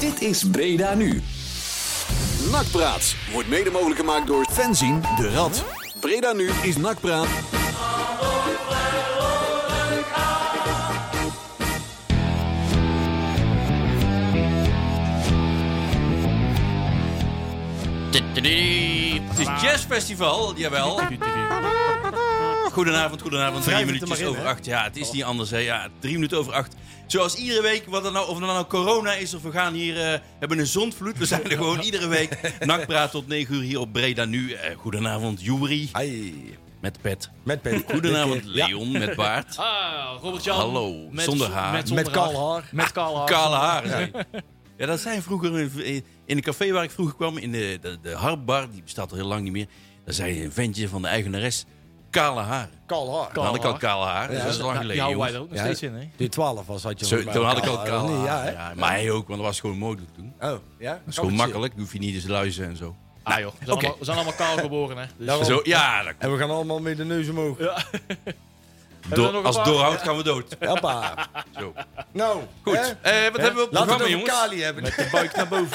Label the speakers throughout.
Speaker 1: Dit is Breda Nu.
Speaker 2: Nakpraat wordt mede mogelijk gemaakt door Fenzin de Rad. Breda nu is Nakpraat.
Speaker 3: Het is jazzfestival, jawel. Goedenavond, goedenavond. Drie
Speaker 4: Wrijf het er
Speaker 3: minuutjes
Speaker 4: maar in,
Speaker 3: over
Speaker 4: hè?
Speaker 3: acht. Ja, het is niet anders. Hè. Ja, drie minuten over acht. Zoals iedere week, wat er nou, of er nou corona is of we gaan hier, eh, hebben een zondvloed. We zijn er gewoon iedere week. Nakpraat tot negen uur hier op Breda nu. Eh, goedenavond, Juri
Speaker 4: Ai,
Speaker 3: met pet.
Speaker 4: met pen.
Speaker 3: Goedenavond,
Speaker 4: Dit keer. Ja,
Speaker 3: Leon met baard.
Speaker 5: Ah, Robert-Jan.
Speaker 3: Hallo, zonder haar. Ah,
Speaker 4: Met
Speaker 5: zonder
Speaker 4: kaal haar.
Speaker 5: Met kaal haar.
Speaker 3: Kale haar. zei hij. Ja, dat zijn vroeger in- in de café waar ik vroeger kwam, in de, de, de harpbar, die bestaat al heel lang niet meer. Daar zei een ventje van de eigenares, kale haar.
Speaker 4: kaal haar.
Speaker 5: Kaal.
Speaker 3: Dan had ik al
Speaker 5: haar.
Speaker 3: kale haar, dus dat is
Speaker 5: Ja,
Speaker 3: lang
Speaker 5: nou,
Speaker 3: geleden.
Speaker 5: Die houden wij er
Speaker 3: jongens.
Speaker 5: ook nog
Speaker 4: Ja.
Speaker 5: steeds in, hè?
Speaker 4: Die 12 was had je
Speaker 3: Zo,
Speaker 4: volgens mij
Speaker 3: toen had ik al
Speaker 4: haar, of
Speaker 3: kale
Speaker 4: niet?
Speaker 3: haar.
Speaker 4: Ja,
Speaker 3: Ja, maar hij ook, want dat was gewoon mogelijk toen. Dat
Speaker 4: hè? Oh, ja. Dat
Speaker 3: is gewoon makkelijk, je hoef je niet eens te luisteren en zo.
Speaker 5: Ah joh, we zijn, allemaal, we zijn allemaal kaal geboren, hè? Dus,
Speaker 3: zo ja, dat-
Speaker 4: En we gaan allemaal met de neus omhoog.
Speaker 5: we
Speaker 3: door-
Speaker 5: nog een
Speaker 3: als
Speaker 5: paar?
Speaker 3: doorhoud gaan we dood.
Speaker 4: Hoppa.
Speaker 3: Zo.
Speaker 4: Nou,
Speaker 3: Goed,
Speaker 4: hè?
Speaker 3: eh, wat hebben we op het
Speaker 4: Laten we
Speaker 3: programma,
Speaker 4: het over
Speaker 3: jongens?
Speaker 4: Kali hebben. Met de buik naar boven.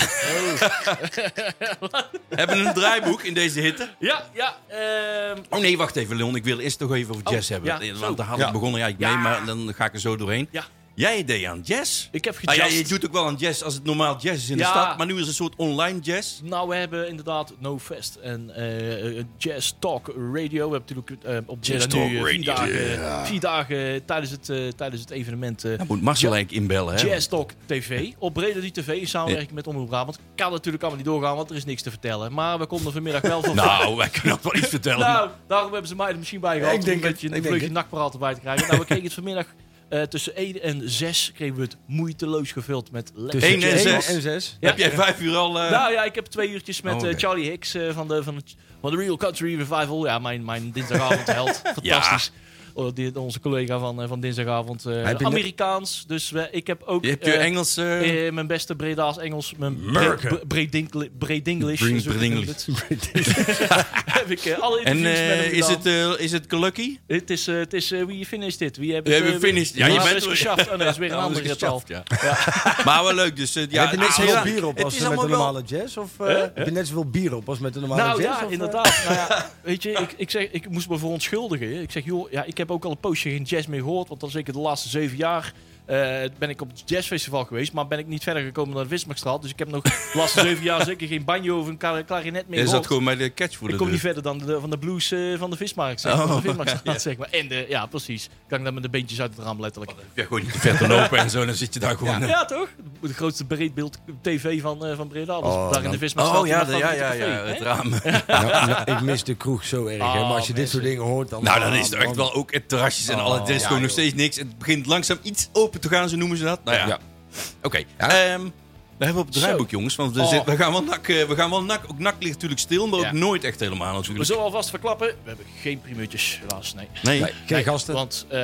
Speaker 3: We hebben een draaiboek in deze hitte.
Speaker 5: ja, ja. ehm,
Speaker 3: Oh nee, wacht even, Leon. Ik wil eerst toch even over
Speaker 5: Oh,
Speaker 3: jazz hebben.
Speaker 5: ja,
Speaker 3: Want
Speaker 5: zo.
Speaker 3: daar had
Speaker 4: Ja.
Speaker 3: ik begonnen eigenlijk mee,
Speaker 5: Ja.
Speaker 3: maar dan ga ik er zo doorheen.
Speaker 5: Ja.
Speaker 3: Jij deed aan jazz.
Speaker 5: ik heb
Speaker 3: Ah,
Speaker 5: gejast.
Speaker 3: ja, je doet ook wel aan jazz als het normaal jazz is in de
Speaker 5: Ja.
Speaker 3: stad. Maar nu is het een soort online jazz.
Speaker 5: Nou, we hebben inderdaad No Fest en eh, eh, Jazz Talk Radio. We hebben natuurlijk eh, op
Speaker 3: Jazz
Speaker 5: Breda
Speaker 3: Talk
Speaker 5: nu, eh, vier,
Speaker 3: Radio.
Speaker 5: dagen, vier dagen tijdens het, eh, tijdens het evenement eh,
Speaker 3: Dan moet Marcel eigenlijk inbellen. Hè?
Speaker 5: Jazz Talk TV. Op Breda die TV in samenwerking met Omroep Brabant. Kan natuurlijk allemaal niet doorgaan, want er is niks te vertellen. Maar we konden vanmiddag wel van...
Speaker 3: Nou, wij kunnen ook wel iets vertellen.
Speaker 5: Nou, daarom hebben ze mij er misschien bij gehad.
Speaker 4: Ik denk
Speaker 5: om een
Speaker 4: het,
Speaker 5: beetje
Speaker 4: ik
Speaker 5: een
Speaker 4: denk
Speaker 5: vleugje
Speaker 4: het.
Speaker 5: nakpraat erbij te krijgen. Nou, we kregen het vanmiddag eh, tussen 1 en 6 kregen we het moeiteloos gevuld met lekker.
Speaker 3: Eén en
Speaker 4: Eén
Speaker 3: zes.
Speaker 4: en zes.
Speaker 3: Heb jij vijf uur al... eh,
Speaker 5: Nou ja, ik heb twee uurtjes met
Speaker 3: Oh,
Speaker 5: eh,
Speaker 3: oké.
Speaker 5: Charlie Hicks eh, van, de, van, het- van de Real Country Revival. Ja, mijn, mijn dinsdagavondheld. Fantastisch. Oh, die- onze collega van, eh, van dinsdagavond. eh,
Speaker 4: Heb je net-
Speaker 5: Amerikaans. Dus we- ik heb ook...
Speaker 3: je hebt je
Speaker 5: eh,
Speaker 3: Engels... eh,
Speaker 5: eh, mijn beste Breda's Engels, mijn
Speaker 3: Merken.
Speaker 5: Bre- Bre- Bredingle- Bredinglish.
Speaker 3: Bring-
Speaker 5: zo noem ik
Speaker 3: Bredinglish.
Speaker 5: het. heb ik eh, alle
Speaker 3: en
Speaker 5: interviews met hem
Speaker 3: eh, is,
Speaker 5: gedaan.
Speaker 3: het, eh, is het lucky?
Speaker 5: Het is, eh, het is eh, wie finished dit? Wie hebben
Speaker 3: We hebben finished. Ja, je bent-
Speaker 5: is geschaft. Oh, nee, dat is weer een
Speaker 3: Anders
Speaker 5: andere getal.
Speaker 3: geschaft, ja. Maar wel leuk. Dus, eh, ja,
Speaker 4: heb je net
Speaker 3: ah,
Speaker 4: zoveel
Speaker 3: ja,
Speaker 4: bier op
Speaker 3: het
Speaker 4: als
Speaker 3: is
Speaker 4: met de
Speaker 3: allemaal wel-
Speaker 4: normale jazz? Of eh, heb je net zoveel bier op als met de normale
Speaker 5: Nou
Speaker 4: jazz?
Speaker 5: ja,
Speaker 4: of, eh?
Speaker 5: inderdaad. Nou, ja, weet je, ik, ik, zeg, ik moest me verontschuldigen. Ik zeg, joh, ja, ik heb ook al een poosje geen jazz meer gehoord. Want dan zeker de laatste zeven jaar eh, ben ik op het jazzfestival geweest. Maar ben ik niet verder gekomen dan de Wismarstraat. Dus ik heb nog de laatste zeven jaar zeker geen banjo of een kla- klarinet meer
Speaker 3: Is
Speaker 5: gehoord.
Speaker 3: dat gewoon bij de catchvoerder?
Speaker 5: Ik kom niet
Speaker 3: dus?
Speaker 5: verder dan de, van de blues eh, van de vismarkt, zeg,
Speaker 3: Oh,
Speaker 5: van de vismarktstraat, zeg maar. En de, ja, precies. Kan ik dan met de beentjes uit het raam letterlijk.
Speaker 3: Ja, gewoon niet te ver te lopen en zo. Dan zit je daar gewoon... eh,
Speaker 5: Ja, toch? De grootste breedbeeld TV van, eh, van Breda. Was
Speaker 4: Oh,
Speaker 5: daar in
Speaker 4: dan-
Speaker 5: de Visma.
Speaker 3: Oh ja, de- ja, ja, ja, het raam.
Speaker 4: Ja, nou, ik mis de kroeg zo erg. hè. Maar als je
Speaker 5: Ah,
Speaker 4: dit
Speaker 5: mensen.
Speaker 4: soort dingen hoort, dan...
Speaker 3: Nou, dan is
Speaker 5: Oh,
Speaker 3: het
Speaker 4: ah,
Speaker 3: echt
Speaker 4: man.
Speaker 3: wel ook het terrasjes en
Speaker 4: Oh,
Speaker 3: alles. Er is
Speaker 4: ja,
Speaker 3: gewoon nog
Speaker 4: joh.
Speaker 3: steeds niks. Het begint langzaam iets open te gaan, zo noemen ze dat. Nou ja.
Speaker 4: Ja.
Speaker 3: Oké.
Speaker 4: Ja.
Speaker 3: Ehm we hebben op het
Speaker 5: Zo.
Speaker 3: draaiboek, jongens. Want we,
Speaker 5: Oh.
Speaker 3: zitten- we gaan wel nak. eh, We gaan wel nak. Ook nak ligt natuurlijk stil, maar ook
Speaker 5: Ja.
Speaker 3: nooit echt helemaal
Speaker 5: We
Speaker 3: natuurlijk.
Speaker 5: zullen alvast verklappen. We hebben geen primeurtjes, helaas. Nee.
Speaker 3: Nee.
Speaker 4: Nee, geen
Speaker 5: Nee,
Speaker 4: gasten.
Speaker 5: Want eh,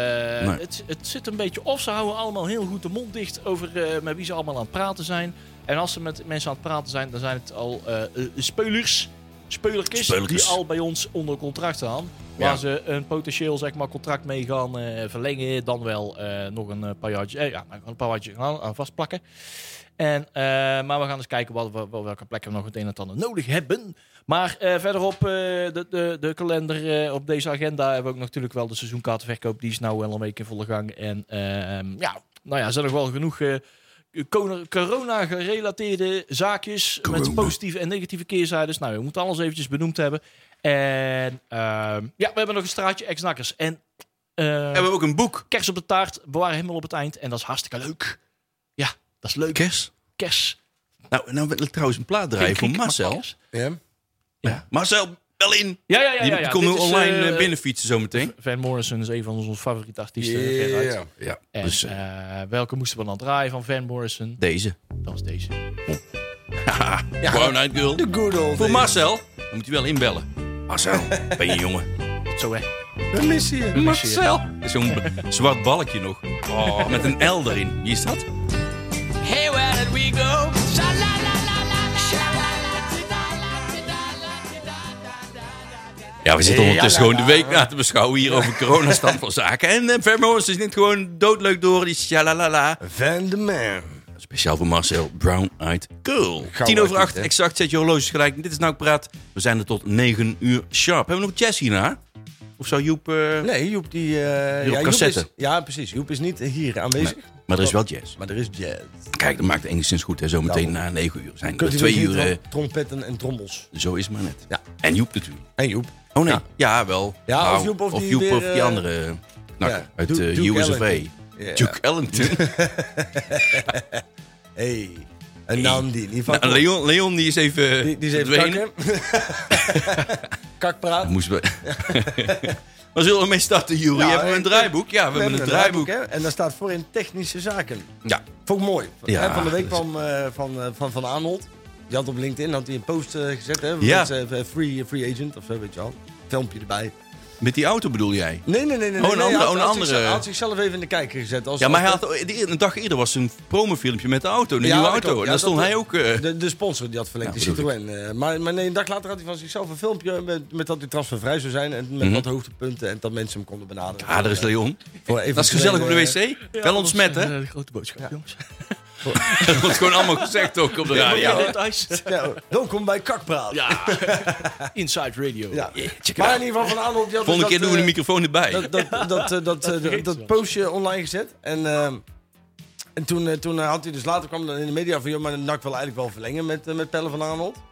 Speaker 5: het, het zit een beetje... Of ze houden allemaal heel goed de mond dicht over eh, met wie ze allemaal aan het praten zijn. En als ze met mensen aan het praten zijn, dan zijn het al eh eh, speulers. Speulerkes,
Speaker 3: Speulerkes.
Speaker 5: die al bij ons onder contract staan. Waar
Speaker 3: Ja.
Speaker 5: ze een potentieel zeg maar, contract mee gaan eh, verlengen. Dan wel eh, nog een eh, paar jaartjes eh, ja, maar een paar jaartjes aan, aan vastplakken. En, eh, maar we gaan eens kijken wat, wat, wat- welke plekken we nog het een en het ander nodig hebben. Maar eh, verderop eh, de, de, de kalender eh, op deze agenda hebben we ook natuurlijk wel de seizoenkaartenverkoop. Die is nou wel een week in volle gang. En ehm, ja, nou ja, er zijn nog wel genoeg eh, corona- corona-gerelateerde zaakjes met positieve en negatieve keerzijdes. Nou, we moeten alles eventjes benoemd hebben. En ehm, ja, we hebben nog een straatje ex-nakkers. En eh,
Speaker 3: En we hebben ook een boek.
Speaker 5: kers op de taart bewaren helemaal op het eind. En dat is hartstikke leuk. Ja, dat is leuk.
Speaker 3: Kers.
Speaker 5: Kers.
Speaker 3: Nou, nou wil ik trouwens een plaat draaien voor
Speaker 5: Geen kriek, maar
Speaker 3: Marcel.
Speaker 5: kers.
Speaker 4: Ja.
Speaker 3: Marcel, bel in.
Speaker 5: Ja, ja, ja.
Speaker 3: Die
Speaker 5: ja, ja.
Speaker 3: komt nu
Speaker 5: Dit is,
Speaker 3: online
Speaker 5: eh,
Speaker 3: eh, binnenfietsen zometeen.
Speaker 5: Van Morrison is een van onze favoriete artiesten. veruit.
Speaker 4: Ja.
Speaker 3: Ja,
Speaker 5: En
Speaker 3: dus eh,
Speaker 5: eh, welke moesten we dan draaien van Van Morrison?
Speaker 3: deze.
Speaker 5: Dat was deze.
Speaker 3: Ja. Brown Eyed Girl.
Speaker 4: De good old
Speaker 3: Voor
Speaker 4: days.
Speaker 3: Marcel. Dan moet hij wel inbellen. Marcel, ben je jongen?
Speaker 5: Zo hè.
Speaker 4: We missen je.
Speaker 3: Marcel. Zo'n b- zwart balkje nog. Oh, met een L erin. Wie is dat?
Speaker 6: Hey, where did we go? Sha la la la la la. Sha la la la
Speaker 3: Ja, we zitten ondertussen gewoon de week na te beschouwen hier over coronastand van zaken. En eh, Ver Morrison is niet gewoon doodleuk door die shalalala.
Speaker 4: Van de Man.
Speaker 3: Dat is Speciaal voor Marcel, Brown Eyed Girl. 10 over 8,
Speaker 1: hè?
Speaker 3: exact. Zet je horloges gelijk. Dit is Nak Praat. We zijn er tot 9 uur sharp. Hebben we nog jazz hierna? Of zou Joep... eh,
Speaker 4: Nee, Joep die... eh,
Speaker 3: Joep
Speaker 4: ja,
Speaker 3: cassette.
Speaker 4: is, ja, precies. Joep is niet hier aanwezig.
Speaker 3: Maar er is wel jazz.
Speaker 4: Maar er is jazz.
Speaker 3: Kijk, dat maakt het enigszins goed. Hè. Zometeen na 9 uur zijn er
Speaker 4: Nou. Kunt u
Speaker 3: twee
Speaker 4: nog
Speaker 3: uur.
Speaker 4: hier
Speaker 3: eh,
Speaker 4: trom- trompetten en trommels.
Speaker 3: zo is het maar net.
Speaker 4: Ja.
Speaker 3: En Joep natuurlijk.
Speaker 4: En Joep.
Speaker 3: Oh nee. Ja, wel. Nou,
Speaker 4: Ja, of Joep of die weer,
Speaker 3: of
Speaker 4: eh,
Speaker 3: andere knakker
Speaker 4: ja,
Speaker 3: uit
Speaker 4: Duke-
Speaker 3: eh,
Speaker 4: Duke
Speaker 3: USFA.
Speaker 4: Ellington. Ja.
Speaker 3: Duke Ellington.
Speaker 4: Hey. En dan die. Die, van,
Speaker 3: Nou, Leon, Leon die is even eh,
Speaker 4: die, die is even
Speaker 3: verdwenen.
Speaker 4: kakken. Kakpraat.
Speaker 3: Moesten we... Waar zullen we mee starten, Jury?
Speaker 4: Ja,
Speaker 3: hebben we een
Speaker 4: en-
Speaker 3: draaiboek? Ja, we,
Speaker 4: We
Speaker 3: hebben een
Speaker 4: draaiboek,
Speaker 3: draaiboek.
Speaker 4: hè? En daar staat voor in technische zaken.
Speaker 3: Ja.
Speaker 4: Vond ik mooi.
Speaker 3: Ja,
Speaker 4: Hè, van de week
Speaker 3: dat is-
Speaker 4: kwam eh, van, eh, van Van Aanholt. Die had op LinkedIn had hij een post eh, gezet. Hè,
Speaker 3: Ja.
Speaker 4: met, eh, free, free agent of zo, weet je wel. Filmpje erbij.
Speaker 3: Met die auto bedoel jij?
Speaker 4: Nee, nee, nee. nee
Speaker 3: Oh, een
Speaker 4: nee,
Speaker 3: andere-
Speaker 4: hij had-
Speaker 3: oh, een
Speaker 4: had
Speaker 3: andere.
Speaker 4: zichzelf- Hij had zichzelf even in de kijker gezet. Als,
Speaker 3: Ja, maar hij
Speaker 4: als-
Speaker 3: had, die- een dag eerder was een promofilmpje met de auto, de
Speaker 4: Ja,
Speaker 3: nieuwe
Speaker 4: dat
Speaker 3: auto.
Speaker 4: klopt.
Speaker 3: En
Speaker 4: Ja,
Speaker 3: daar
Speaker 4: dat
Speaker 3: stond hij ook...
Speaker 4: klopt.
Speaker 3: eh,
Speaker 4: De, de sponsor die had verlengd,
Speaker 3: Ja,
Speaker 4: de
Speaker 3: bedoel
Speaker 4: Citroën. eh, maar maar nee, een dag later had hij van zichzelf een filmpje met, met dat hij transfervrij zou zijn. En met wat hoogtepunten. En dat mensen hem konden benaderen.
Speaker 3: ah, daar Mhm. is Leon.
Speaker 4: Voor even
Speaker 3: Dat is gezellig op de
Speaker 4: eh,
Speaker 3: wc. Wel ontsmet, hè?
Speaker 5: Eh, de grote boodschap, jongens.
Speaker 4: eh,
Speaker 3: Dat wordt gewoon allemaal gezegd ook op de
Speaker 5: Ja,
Speaker 3: radio.
Speaker 5: details.
Speaker 4: ja, welkom bij Kakpraat. Ja.
Speaker 5: Inside Radio.
Speaker 3: Yeah, check it
Speaker 4: Maar
Speaker 3: out.
Speaker 4: in ieder geval Van Aanholt... die had
Speaker 3: Volgende keer
Speaker 4: dat,
Speaker 3: doen we de
Speaker 4: eh,
Speaker 3: microfoon erbij.
Speaker 4: dat, dat, dat, eh, dat, eh, dat, dat postje online gezet. En, ehm, en toen, eh, toen eh, had hij dus later kwam dan in de media van... joh, maar NAC wil eigenlijk wel verlengen met, eh, met Pelle van Arnold. En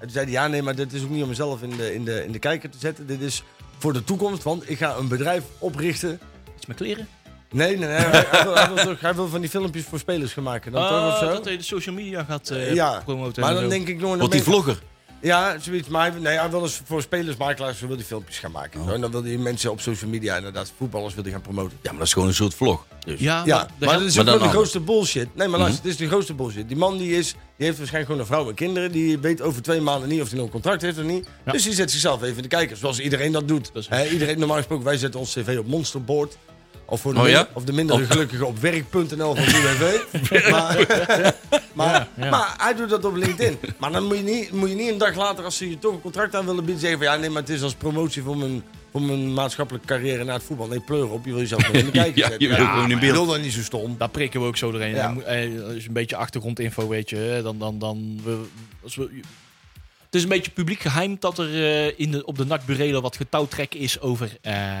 Speaker 4: toen zei hij, ja nee, maar dit is ook niet om mezelf in de, in, de, in de kijker te zetten. Dit is voor de toekomst, want ik ga een bedrijf oprichten...
Speaker 5: Iets met kleren.
Speaker 4: Nee, nee, nee. Hij, hij wil, hij wil toch- hij wil van die filmpjes voor spelers gaan maken. Dan toch of
Speaker 5: Ah,
Speaker 4: zo?
Speaker 5: dat hij de social media gaat eh,
Speaker 4: ja,
Speaker 5: promoten.
Speaker 4: maar
Speaker 5: en
Speaker 4: dan
Speaker 5: zo.
Speaker 4: denk ik nog...
Speaker 3: Wordt die
Speaker 4: vlog.
Speaker 3: vlogger.
Speaker 4: Ja, zoiets. Maar hij, nee, hij wil dus voor spelersmakelaars wil die filmpjes gaan maken. En dan wil hij mensen op social media inderdaad voetballers wil hij gaan promoten.
Speaker 3: Ja, maar dat is gewoon een soort vlog. Dus.
Speaker 5: Ja,
Speaker 4: Ja,
Speaker 5: maar, de
Speaker 4: Ah, maar dat
Speaker 5: helft-
Speaker 4: is
Speaker 3: Maar dan
Speaker 4: ook wel de
Speaker 3: anders. Mhm.
Speaker 4: grootste bullshit. Nee, maar luister, dit is de grootste bullshit. Die man die, is, die heeft waarschijnlijk gewoon een vrouw en kinderen. Die weet over twee maanden niet of hij nog een contract heeft of niet.
Speaker 5: Ja.
Speaker 4: Dus die zet zichzelf even in de kijker, zoals iedereen dat doet.
Speaker 5: Dat is-
Speaker 4: Hè, iedereen, normaal gesproken, wij zetten ons cv op Monsterboard. Of, voor de,
Speaker 3: Oh
Speaker 4: min-
Speaker 3: ja?
Speaker 4: of de minder
Speaker 3: Op-
Speaker 4: gelukkige op werk.nl van UWV. maar, maar,
Speaker 5: Ja, ja.
Speaker 4: maar hij doet dat op LinkedIn. Maar dan moet je, niet, moet je niet een dag later, als ze je toch een contract aan willen bieden, zeggen van ja, nee, maar het is als promotie voor mijn, voor mijn maatschappelijke carrière naar het voetbal. Nee, pleur op, je wil jezelf nog in de kijker
Speaker 3: Ja,
Speaker 4: zetten.
Speaker 3: je wil gewoon in
Speaker 4: Ik
Speaker 3: beeld.
Speaker 4: wil dat niet zo stom.
Speaker 5: daar prikken we ook zo doorheen.
Speaker 4: Ja.
Speaker 5: Dan moet- eh, Dat is een beetje achtergrondinfo, weet je. hè. Dan, dan, dan, we, als we, het is een beetje publiek geheim dat er eh, in de, op de NAC-burelen wat getouwtrek is over eh,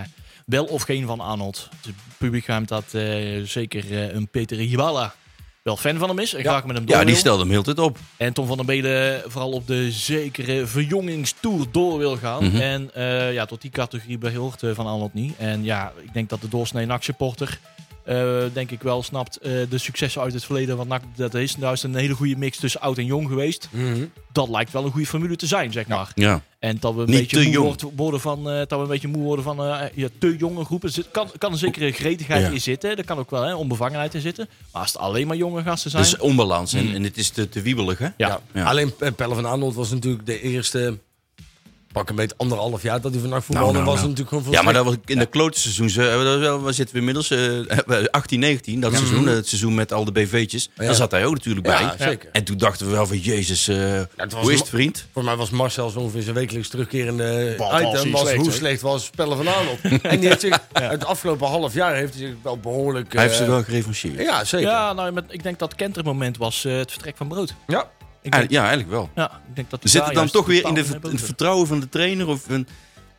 Speaker 5: wel of geen Van Arnold. Het is publiek geheim dat eh, zeker eh, een Peter Hibala wel fan van hem is. En graag met hem door
Speaker 3: Ja, die
Speaker 5: wil.
Speaker 3: stelde hem heel de tijd op.
Speaker 5: En Tom van der Belen vooral op de zekere verjongingstoer door wil gaan.
Speaker 3: Mhm.
Speaker 5: En eh, ja, tot die categorie behoort eh, Van Arnold niet. En ja, ik denk dat de doorsnee NAC-supporter... eh, denk ik wel snapt eh, de successen uit het verleden van NAC. Dat is nou is het een hele goede mix tussen oud en jong geweest. Dat lijkt wel een goede formule te zijn, zeg maar.
Speaker 3: Mhm. Ja.
Speaker 5: En dat we een
Speaker 3: Niet
Speaker 5: beetje
Speaker 3: te
Speaker 5: moe
Speaker 3: jong.
Speaker 5: wordt- worden van, eh, dat we een beetje moe worden van eh, ja, te jonge groepen. Er zit- kan, kan een zekere gretigheid
Speaker 3: Ja.
Speaker 5: in zitten. Er kan ook wel hè, onbevangenheid in zitten. Maar als het alleen maar jonge gasten zijn...
Speaker 3: Dat is onbalans en,
Speaker 4: Hmm.
Speaker 3: en het is te, te wiebelig, hè?
Speaker 5: ja.
Speaker 4: Ja.
Speaker 3: Dus Ja.
Speaker 4: Alleen eh, Pelle van Arnold was natuurlijk de eerste... pak een beetje anderhalf jaar dat hij vannacht voetbalde.
Speaker 3: Nou, nou,
Speaker 4: was
Speaker 3: nou.
Speaker 4: natuurlijk gewoon
Speaker 3: Ja, maar
Speaker 4: volstrekt-
Speaker 3: dat was in de klote seizoen. Ze, eh, dat wel- waar zitten we inmiddels? eh 18, 19, dat seizoen. eh, Het seizoen met al de BV'tjes. Daar zat hij ook natuurlijk bij.
Speaker 4: Ja, zeker.
Speaker 3: En toen dachten we wel van, jezus, eh,
Speaker 4: het
Speaker 3: hoe
Speaker 4: was
Speaker 3: is
Speaker 4: een-
Speaker 3: het, vriend?
Speaker 4: Voor mij was Marcel zo ongeveer zijn wekelijks terugkerende
Speaker 5: Wat was hij
Speaker 4: item. Was
Speaker 5: slecht,
Speaker 4: hoe
Speaker 5: hoor.
Speaker 4: slecht was Pelle van Arnold. en die heeft zich, het afgelopen half jaar heeft hij zich wel behoorlijk...
Speaker 3: Hij heeft
Speaker 4: eh,
Speaker 3: ze wel gerevancheerd. Ja,
Speaker 4: Ja, zeker. Ja.
Speaker 5: Ja, nou, met, ik denk dat Kent er moment was eh, het vertrek van Brood. Ik denk,
Speaker 3: Ah, ja, eigenlijk wel.
Speaker 5: ja, ik denk dat die
Speaker 3: Zit
Speaker 5: daar
Speaker 3: het dan
Speaker 5: juist
Speaker 3: toch weer in, de,
Speaker 5: totaal
Speaker 3: in
Speaker 5: mee
Speaker 3: het
Speaker 5: boven.
Speaker 3: vertrouwen van de trainer of een,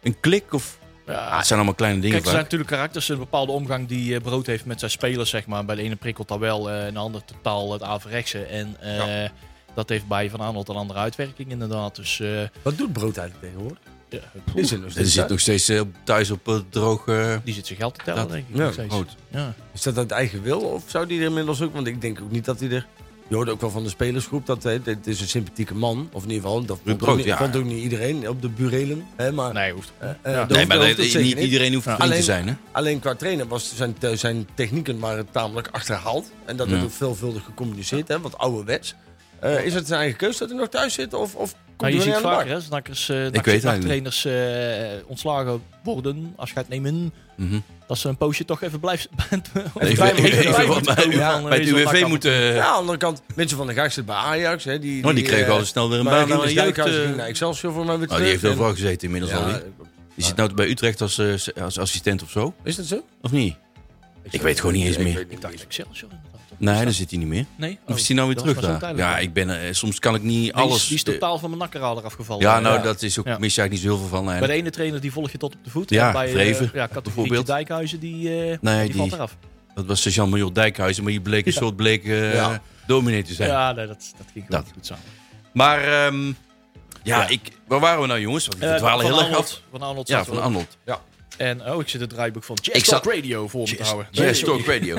Speaker 3: een klik? Of, Ah,
Speaker 5: Ja,
Speaker 3: het zijn allemaal kleine dingen.
Speaker 5: Kijk, er zijn
Speaker 3: vaak.
Speaker 5: natuurlijk karakters, een bepaalde omgang die eh, Brood heeft met zijn spelers, zeg maar. Bij de ene prikkelt dat wel, eh, en de ander totaal het averechtse. En eh, dat heeft bij Van Arnold een andere uitwerking inderdaad. Dus, eh,
Speaker 4: Wat doet Brood eigenlijk tegenwoordig?
Speaker 5: ja,
Speaker 4: Die zit nog
Speaker 3: Er
Speaker 4: steeds
Speaker 3: zit
Speaker 4: zit
Speaker 3: nog steeds eh, thuis op eh, droog eh,
Speaker 5: die zit zijn geld te tellen,
Speaker 3: Dat-
Speaker 5: denk ik.
Speaker 4: ja,
Speaker 5: nog steeds.
Speaker 3: brood.
Speaker 5: Ja.
Speaker 4: Is dat uit eigen wil of zou die er inmiddels ook... Want ik denk ook niet dat hij er... Je hoorde ook wel van de spelersgroep dat eh, dit is een sympathieke man. Of in ieder geval, dat vond,
Speaker 3: Brood,
Speaker 4: ook, niet,
Speaker 3: ja.
Speaker 4: vond ook niet iedereen op de burelen. Hè, maar,
Speaker 5: Nee, hoeft
Speaker 4: eh, eh,
Speaker 5: Nee,
Speaker 4: dat
Speaker 3: Nee,
Speaker 4: hoeft-
Speaker 3: maar
Speaker 4: dat
Speaker 3: dat-
Speaker 4: hoeft ook zeker
Speaker 3: niet
Speaker 4: niet.
Speaker 3: iedereen hoeft vriend te
Speaker 4: Alleen-
Speaker 3: zijn, hè?
Speaker 4: Alleen qua trainen was zijn, te- zijn technieken waren tamelijk achterhaald. En dat
Speaker 3: Ja.
Speaker 4: werd ook veelvuldig gecommuniceerd, hè, wat ouderwets. Eh is het zijn eigen keus dat hij nog thuis zit? Of, of komt
Speaker 5: Maar Nou, je
Speaker 4: hij
Speaker 5: ziet
Speaker 4: weer niet aan
Speaker 5: vaker,
Speaker 4: de
Speaker 5: hè, nakkers, eh,
Speaker 3: weet het
Speaker 5: nakkers- trainers eh, ontslagen worden, afscheid nemen.
Speaker 3: Mhm.
Speaker 5: Dat ze een poosje toch even blijft...
Speaker 3: Even,
Speaker 4: moeten
Speaker 3: even,
Speaker 4: komen.
Speaker 3: wat bij,
Speaker 4: Ja.
Speaker 3: bij het UWV moeten...
Speaker 4: bak? Ja, aan de andere kant, mensen van de Gaag zit bij Ajax. Hè, die,
Speaker 3: Maar Oh, die kreeg
Speaker 4: eh,
Speaker 3: al snel weer een
Speaker 4: maar
Speaker 3: baan
Speaker 4: Rinus
Speaker 3: aan de jeugd.
Speaker 4: Dijkhuizen
Speaker 3: eh.
Speaker 4: ging naar Excelsior voor mij weer
Speaker 3: Nou, die heeft
Speaker 4: terug.
Speaker 3: overal gezeten inmiddels al.
Speaker 4: En-
Speaker 3: die.
Speaker 4: Ja,
Speaker 3: Die zit nou bij Utrecht als, eh, s- als assistent of zo,
Speaker 4: Is dat zo?
Speaker 3: of niet? Ik weet gewoon niet eens meer.
Speaker 5: Ik dacht Excelsior inderdaad.
Speaker 3: Nee, daar zit hij niet meer.
Speaker 5: Nee?
Speaker 3: Of is hij nou weer
Speaker 5: Oh, dat
Speaker 3: terug
Speaker 5: was wel
Speaker 3: daar?
Speaker 5: duidelijk.
Speaker 3: Ja, ik ben, eh, soms kan ik niet
Speaker 5: Die is-
Speaker 3: alles...
Speaker 5: Die is,
Speaker 3: eh,
Speaker 5: totaal van mijn nakkerhaal eraf gevallen.
Speaker 3: ja, nou,
Speaker 5: Ja.
Speaker 3: dat is ook,
Speaker 5: Ja.
Speaker 3: mis je eigenlijk niet zo heel veel
Speaker 5: Bij
Speaker 3: van.
Speaker 5: de
Speaker 3: eigenlijk.
Speaker 5: ene trainer die volg je tot op de voet.
Speaker 3: Ja,
Speaker 5: en bij, eh,
Speaker 3: Vreven,
Speaker 5: ja, categorie
Speaker 3: bijvoorbeeld.
Speaker 5: Dijkhuizen, die, eh,
Speaker 3: Nee,
Speaker 5: die,
Speaker 3: die-
Speaker 5: valt eraf.
Speaker 3: Dat was Jean Major Dijkhuizen, maar je bleek een
Speaker 5: Ja.
Speaker 3: soort bleek eh,
Speaker 4: Ja.
Speaker 3: dominee te zijn.
Speaker 5: Ja, nee, dat, dat ging gewoon
Speaker 3: Dat.
Speaker 5: niet goed samen.
Speaker 3: Maar ehm, ja,
Speaker 5: Ja.
Speaker 3: Ik, waar waren we nou jongens? Want we
Speaker 5: Eh, van
Speaker 3: dwalen heel erg
Speaker 5: Arnold-
Speaker 3: af.
Speaker 5: Van Arnold
Speaker 3: Ja,
Speaker 5: ja,
Speaker 3: van Arnold.
Speaker 5: En oh, ik zit het draaiboek van Jazz
Speaker 3: Ik zat-
Speaker 5: Talk Radio voor me te houden. Nee,
Speaker 3: Jazz
Speaker 5: sorry.
Speaker 3: Talk Radio.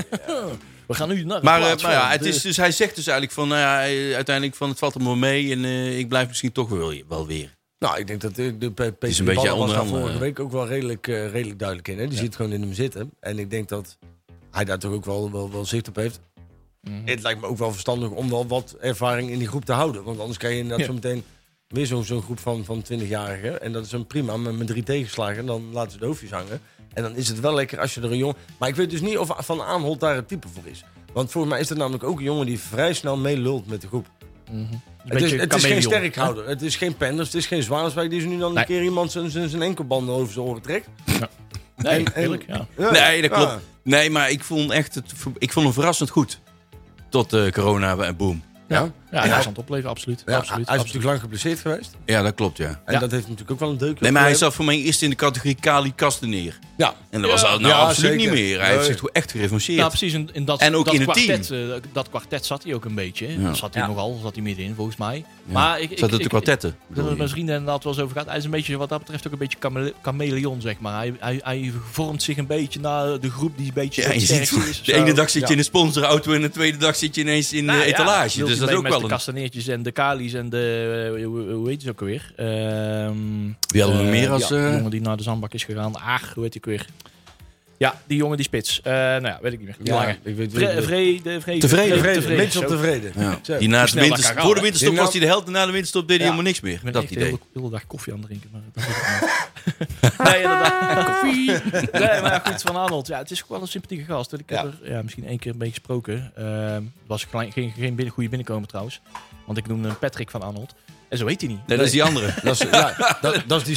Speaker 5: We gaan nu naar
Speaker 3: Maar,
Speaker 5: het
Speaker 3: eh, maar ja, het
Speaker 5: platform.
Speaker 3: is, dus hij zegt dus eigenlijk van, nou ja, eh, uiteindelijk van het valt allemaal mee en eh, ik blijf misschien toch wel, wel weer.
Speaker 4: Nou, ik denk dat de, de P- Peter
Speaker 3: is
Speaker 4: is
Speaker 3: een
Speaker 4: een
Speaker 3: beetje
Speaker 4: was daar
Speaker 3: onderhandelen.
Speaker 4: vorige week ook wel redelijk, eh, redelijk duidelijk in. Hè? Die ziet gewoon in hem zitten. En ik denk dat hij daar toch ook wel, wel, wel zicht op heeft. Het lijkt me ook wel verstandig om wel wat ervaring in die groep te houden. Want anders kan je inderdaad
Speaker 5: Ja.
Speaker 4: zo meteen weer zo'n zo'n groep van, van 20-jarigen. En dat is dan prima. Met, met drie tegenslagen, dan laten ze de hoofdjes hangen. En dan is het wel lekker als je er een jong... Maar ik weet dus niet of Van Aanholt daar het type voor is. Want volgens mij is dat namelijk ook een jongen die vrij snel meelult met de groep. Het is,
Speaker 5: Beetje
Speaker 4: het is geen
Speaker 5: chameleon.
Speaker 4: sterkhouder. Het is geen penders. Het is geen Zwaneswijk die ze nu dan
Speaker 5: Nee.
Speaker 4: een keer iemand zijn, zijn, zijn enkelbanden over zijn oren trekt.
Speaker 5: Nee,
Speaker 4: En- en-
Speaker 5: heerlijk, ja.
Speaker 4: Ja,
Speaker 3: Nee, dat
Speaker 4: ja.
Speaker 3: klopt. Nee, maar ik vond, echt het, ik vond hem verrassend goed. Tot eh, corona en boom.
Speaker 4: Ja.
Speaker 5: Ja, hij is aan het opleven, absoluut.
Speaker 4: Ja,
Speaker 5: absoluut,
Speaker 4: hij is
Speaker 5: absoluut.
Speaker 4: natuurlijk lang geblesseerd geweest.
Speaker 3: Ja, dat klopt, ja.
Speaker 4: En
Speaker 5: Ja.
Speaker 4: dat heeft natuurlijk ook wel een deukje.
Speaker 3: Nee, maar hij zat
Speaker 4: opgeleverd.
Speaker 3: voor mij eerst in de categorie Kali Kasten neer.
Speaker 4: Ja.
Speaker 3: En dat was al- nou
Speaker 4: Ja,
Speaker 3: absoluut
Speaker 4: zeker.
Speaker 3: niet meer. Hij
Speaker 4: Nee.
Speaker 3: heeft zich toch echt gerevancheerd.
Speaker 5: Ja, precies. In, in dat,
Speaker 3: En ook
Speaker 5: dat
Speaker 3: in het
Speaker 5: kwartet, eh, dat kwartet zat hij ook een beetje.
Speaker 3: Ja.
Speaker 5: Zat hij nogal, zat hij middenin volgens mij.
Speaker 3: Ja.
Speaker 5: Maar ik, ik,
Speaker 3: Zat het de
Speaker 5: ik-
Speaker 3: kwartetten?
Speaker 5: Ik heb
Speaker 3: bedoel
Speaker 5: het met
Speaker 3: je?
Speaker 5: vrienden inderdaad wel eens over gehad. Hij is een beetje, wat dat betreft, ook een beetje chamele- chameleon, zeg maar. Hij, hij, hij vormt zich een beetje naar de groep die een beetje
Speaker 3: Ja,
Speaker 5: het
Speaker 3: je ziet,
Speaker 5: sterkste is.
Speaker 3: de ene
Speaker 5: Zo.
Speaker 3: dag zit je
Speaker 5: Ja.
Speaker 3: in de sponsorauto en de tweede dag zit je ineens in
Speaker 5: Nou
Speaker 3: de
Speaker 5: ja,
Speaker 3: etalage.
Speaker 5: Multiplay
Speaker 3: dus dat is ook
Speaker 5: met
Speaker 3: wel
Speaker 5: de
Speaker 3: een...
Speaker 5: kastaneertjes en de kali's en de... eh, hoe, hoe heet ze ook alweer? Ehm,
Speaker 3: Wie hadden we
Speaker 5: eh,
Speaker 3: meer als,
Speaker 5: Ja,
Speaker 3: eh,
Speaker 5: de jongen die naar de zandbak is gegaan. Ach, hoe heet ik weer? Ja, die jongen die spits. Eh, nou ja, weet ik niet meer. Die
Speaker 4: Ja,
Speaker 5: lange.
Speaker 4: ik weet
Speaker 5: Vre,
Speaker 4: het niet.
Speaker 5: vrede, vrede,
Speaker 3: Tevreden.
Speaker 4: Tevreden. Mitchell
Speaker 5: Zo.
Speaker 4: tevreden.
Speaker 3: Ja.
Speaker 4: Zo.
Speaker 3: Die na de
Speaker 5: snel
Speaker 3: winterstop-
Speaker 5: elkaar
Speaker 3: voor de
Speaker 5: halen.
Speaker 3: winterstop
Speaker 4: Die nou-
Speaker 3: was hij de held en na de winterstop deed hij
Speaker 5: Ja.
Speaker 3: helemaal niks meer.
Speaker 5: Ik ben
Speaker 3: Dat
Speaker 5: echt
Speaker 3: idee.
Speaker 5: Heel, heel de dag koffie aan het drinken. Maar dat nee, inderdaad. koffie. Nee, maar goed, Van Arnold. Ja, het is ook wel een sympathieke gast. Ik heb er ja, misschien één keer mee gesproken. Ehm was gelijk- geen, geen binnen, goede binnenkomen trouwens. Want ik noemde hem Patrick van Arnold. En zo heet hij niet.
Speaker 3: Nee, dat is die andere.
Speaker 4: Dat, is, ja, dat, dat is die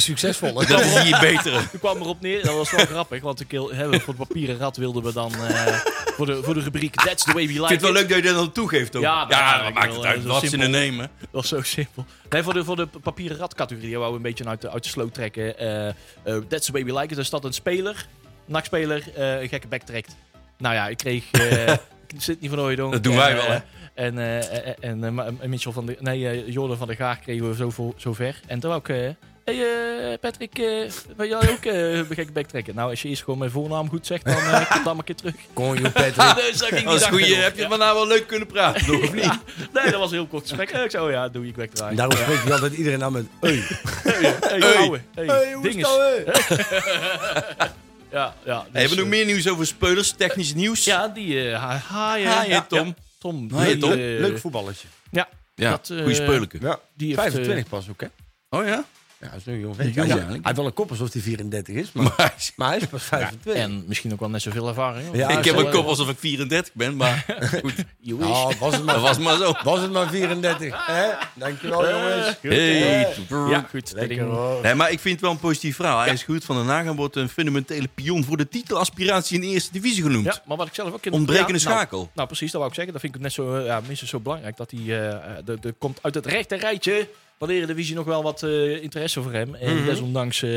Speaker 4: succesvolle.
Speaker 3: Dat is die betere.
Speaker 5: Toen kwam erop neer. Dat was wel grappig. Want ik, wil- hè, voor het papieren rad wilden we dan... eh, voor, de, voor de rubriek That's the way we like
Speaker 3: Ik vind het wel leuk dat je dat dan toegeeft ook.
Speaker 5: Ja,
Speaker 3: Ja,
Speaker 5: nou,
Speaker 3: ja
Speaker 5: ik
Speaker 3: dat maakt
Speaker 5: bedoel,
Speaker 3: het
Speaker 5: dat
Speaker 3: uit
Speaker 5: is
Speaker 3: wat ze
Speaker 5: simpel.
Speaker 3: er nemen.
Speaker 5: Dat was zo simpel. Nee, voor de, voor de papieren radcategorie wou we een beetje uit de, uit de sloot trekken. Eh, eh, that's the way we like it. Dus dat een speler, nachtspeler, eh een gekke bek trekt. Nou ja, ik kreeg eh Sidney van Ooydonk.
Speaker 3: Dat doen wij wel, hè?
Speaker 5: En, eh, eh, en, eh, Ma- en Mitchell van de... Nee, eh, Jordan van der Gaag kregen we zo, voor, zo ver. En toen ook... eh hey, eh, Patrick, eh wil jij ook eh, een gekke bek trekken? Nou, als je eerst gewoon mijn voornaam goed zegt, dan eh komt dat maar een keer terug.
Speaker 4: Kon je Patrick.
Speaker 5: Dus dat ging die
Speaker 3: Als
Speaker 5: dag
Speaker 3: goeie
Speaker 5: erop.
Speaker 3: heb je het maar nou wel leuk kunnen praten, toch? Of niet?
Speaker 5: Ja. Nee, dat was een heel kort gesprek. Eh, ik zei, oh ja, doe je bek draaien.
Speaker 4: Daarom spreekt hij altijd iedereen aan met... Hey,
Speaker 5: Hey,
Speaker 3: Hey.
Speaker 5: ouwe. Hey,
Speaker 4: hoe is
Speaker 5: dinges.
Speaker 4: dat, hey?
Speaker 5: Ja, ja.
Speaker 3: nou,
Speaker 5: dus, eh,
Speaker 3: Hey, hebben we nog meer nieuws over speulers, technisch nieuws?
Speaker 5: Ja, die eh ha- haaien.
Speaker 3: Haaien,
Speaker 5: Ja,
Speaker 3: Tom.
Speaker 5: ja. Tom.
Speaker 3: Haaien,
Speaker 5: die,
Speaker 3: Tom.
Speaker 5: eh,
Speaker 4: Leuk voetballetje.
Speaker 5: Ja.
Speaker 3: Ja,
Speaker 5: dat, eh,
Speaker 3: goeie speulke.
Speaker 4: Ja.
Speaker 5: Die heeft,
Speaker 4: 25
Speaker 5: eh,
Speaker 4: pas ook, hè?
Speaker 3: Oh ja?
Speaker 4: Ja, dat is nu een jong ventje.
Speaker 3: Ja,
Speaker 4: Hij-
Speaker 3: ja.
Speaker 4: Hij heeft wel een kop alsof hij 34 is, maar,
Speaker 3: Maar,
Speaker 4: maar hij is pas 25.
Speaker 5: En misschien ook wel net zoveel ervaring. hoor.
Speaker 4: Ja,
Speaker 3: ik heb
Speaker 5: zo,
Speaker 3: een
Speaker 5: eh,
Speaker 3: kop alsof ik 34 ben, maar goed,
Speaker 5: you wish.
Speaker 4: Oh, was het
Speaker 3: dat
Speaker 4: maar,
Speaker 3: was maar zo.
Speaker 4: was het maar 34. Hè? Dankjewel, jongens.
Speaker 3: Hey.
Speaker 5: Ja, goed.
Speaker 4: Lekker
Speaker 5: Eh, ding.
Speaker 4: hoor.
Speaker 3: Nee, maar ik vind het wel een positief verhaal. Hij is goed van de Nagaan wordt een fundamentele pion voor de titelaspiratie in de eerste divisie genoemd.
Speaker 5: Ja, maar wat ik zelf ook... in-
Speaker 3: Ontbrekende
Speaker 5: Ja, nou,
Speaker 3: schakel.
Speaker 5: Nou, precies, dat wou ik zeggen. Dat vind ik net zo, eh, ja, minstens zo belangrijk. Dat hij eh, eh, de, de komt uit het rechte rijtje. Van de Eredivisie nog wel wat eh, interesse voor hem. En desondanks eh,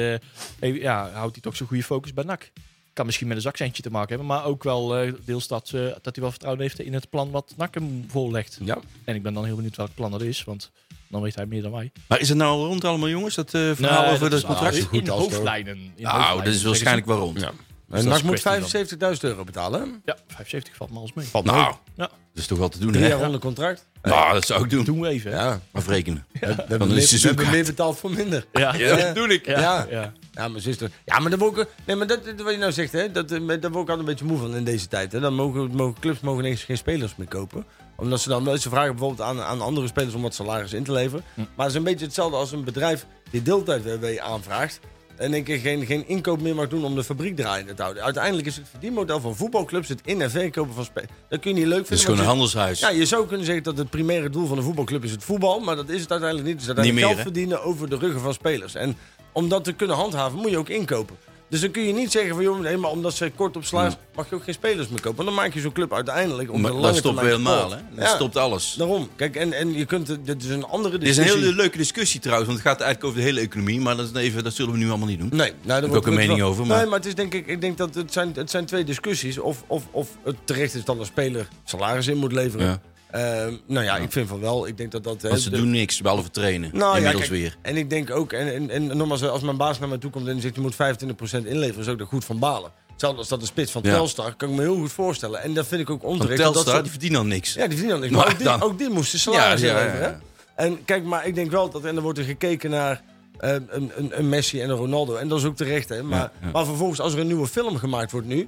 Speaker 5: heeft- ja, houdt hij toch zo'n goede focus bij NAC. Kan misschien met een zakcentje te maken hebben. Maar ook wel eh, deels dat, eh, dat hij wel vertrouwen heeft in het plan wat NAC hem voorlegt.
Speaker 4: Ja.
Speaker 5: En ik ben dan heel benieuwd welk plan dat is. Want dan weet hij meer dan wij.
Speaker 3: Maar is het nou al rond allemaal, jongens, dat eh, verhaal
Speaker 5: Nou,
Speaker 3: over dat,
Speaker 5: is
Speaker 3: contract?
Speaker 4: zo goed
Speaker 5: in
Speaker 4: als het ook.
Speaker 5: hoofdlijnen. In
Speaker 3: Nou, dat is waarschijnlijk wel rond.
Speaker 4: En
Speaker 5: dat
Speaker 4: NAC
Speaker 5: is
Speaker 4: moet
Speaker 5: kwestie dan.
Speaker 4: 75.000 euro betalen. hè?
Speaker 5: Ja, 75 valt me alles mee.
Speaker 3: Nou,
Speaker 5: Ja.
Speaker 3: dat is toch wel te doen,
Speaker 4: Drie
Speaker 3: hè?
Speaker 4: jaar onder contract.
Speaker 3: Nou, dat zou ik doen.
Speaker 5: Doen we even. hè?
Speaker 4: Ja.
Speaker 3: Afrekenen.
Speaker 4: We hebben,
Speaker 3: is
Speaker 4: meer,
Speaker 3: het
Speaker 4: we hebben
Speaker 3: zoekkaart.
Speaker 4: meer betaald voor minder.
Speaker 5: Ja.
Speaker 3: Ja, dat doe ik.
Speaker 5: Ja.
Speaker 4: Ja.
Speaker 5: ja.
Speaker 4: Ja, mijn zuster. Ja, maar, dat word ik, nee, maar dat, dat wat je nou zegt, hè, dat, eh, daar word ik altijd een beetje moe van in deze tijd. Hè. Dan mogen, mogen clubs mogen ineens geen spelers meer kopen. Omdat ze dan wel ze vragen bijvoorbeeld aan, aan andere spelers om wat salaris in te leveren.
Speaker 3: Hm.
Speaker 4: Maar het is een beetje hetzelfde als een bedrijf die deeltijd-WW aanvraagt. En een keer geen, geen inkoop meer mag doen om de fabriek draaiende te houden. Uiteindelijk is het verdienmodel van voetbalclubs het in- en verkopen van spelers. Dat kun je niet leuk vinden.
Speaker 3: Dat is gewoon een
Speaker 4: want je-
Speaker 3: handelshuis.
Speaker 4: ja, je zou kunnen zeggen dat het primaire doel van een voetbalclub is het voetbal. Maar dat is het uiteindelijk niet. Dus uiteindelijk
Speaker 3: Niet meer,
Speaker 4: geld verdienen over de ruggen van spelers. En om dat te kunnen handhaven moet je ook inkopen. Dus dan kun je niet zeggen van, joh, nee, maar omdat ze kort op slaan, mag je ook geen spelers meer kopen. Want dan maak je zo'n club uiteindelijk op de
Speaker 3: Mm. Maar
Speaker 4: lange
Speaker 3: dat stopt
Speaker 4: termijn
Speaker 3: helemaal,
Speaker 4: kapot.
Speaker 3: hè? Dat
Speaker 4: Ja,
Speaker 3: stopt alles.
Speaker 4: daarom. Kijk, en, en je kunt, het- dit is een andere
Speaker 3: Dit is een
Speaker 4: discussie.
Speaker 3: hele leuke discussie trouwens, want het gaat eigenlijk over de hele economie. Maar dat, is even, dat zullen we nu allemaal niet doen.
Speaker 4: Nee, nou, daar
Speaker 3: ik
Speaker 4: wordt-
Speaker 3: ook een
Speaker 4: wordt
Speaker 3: mening
Speaker 4: wel-
Speaker 3: over, maar-
Speaker 4: Nee, maar het is denk ik, ik denk dat het zijn, het zijn twee discussies. Of, of, of het terecht is dat een speler salaris in moet leveren.
Speaker 3: Ja.
Speaker 4: Ehm, nou ja, ik vind van wel. Ik denk dat dat... hè,
Speaker 3: Want ze
Speaker 4: de-
Speaker 3: doen niks, behalve trainen.
Speaker 4: Nou, ja,
Speaker 3: Inmiddels
Speaker 4: kijk,
Speaker 3: weer.
Speaker 4: En ik denk ook, en, en, en nogmaals, eh, als mijn baas naar mij toe komt en die zegt je moet 25% inleveren, zou ik er goed van balen. Hetzelfde als dat een spits van
Speaker 3: Ja.
Speaker 4: Telstar, kan ik me heel goed voorstellen. En dat vind ik ook
Speaker 3: Want
Speaker 4: onterecht.
Speaker 3: Telstar,
Speaker 4: dat ze-
Speaker 3: die verdienen al niks.
Speaker 4: ja, die verdienen dan niks.
Speaker 3: Maar
Speaker 4: Maar ook die,
Speaker 3: dan-
Speaker 4: ook die moesten salaris
Speaker 3: Ja, ja,
Speaker 4: inleveren.
Speaker 3: ja, ja.
Speaker 4: hè? En kijk, maar ik denk wel dat, en er wordt er gekeken naar eh, een, een, een Messi en een Ronaldo. En dat is ook terecht, hè. Maar,
Speaker 3: Ja, ja.
Speaker 4: maar vervolgens, als er een nieuwe film gemaakt wordt nu...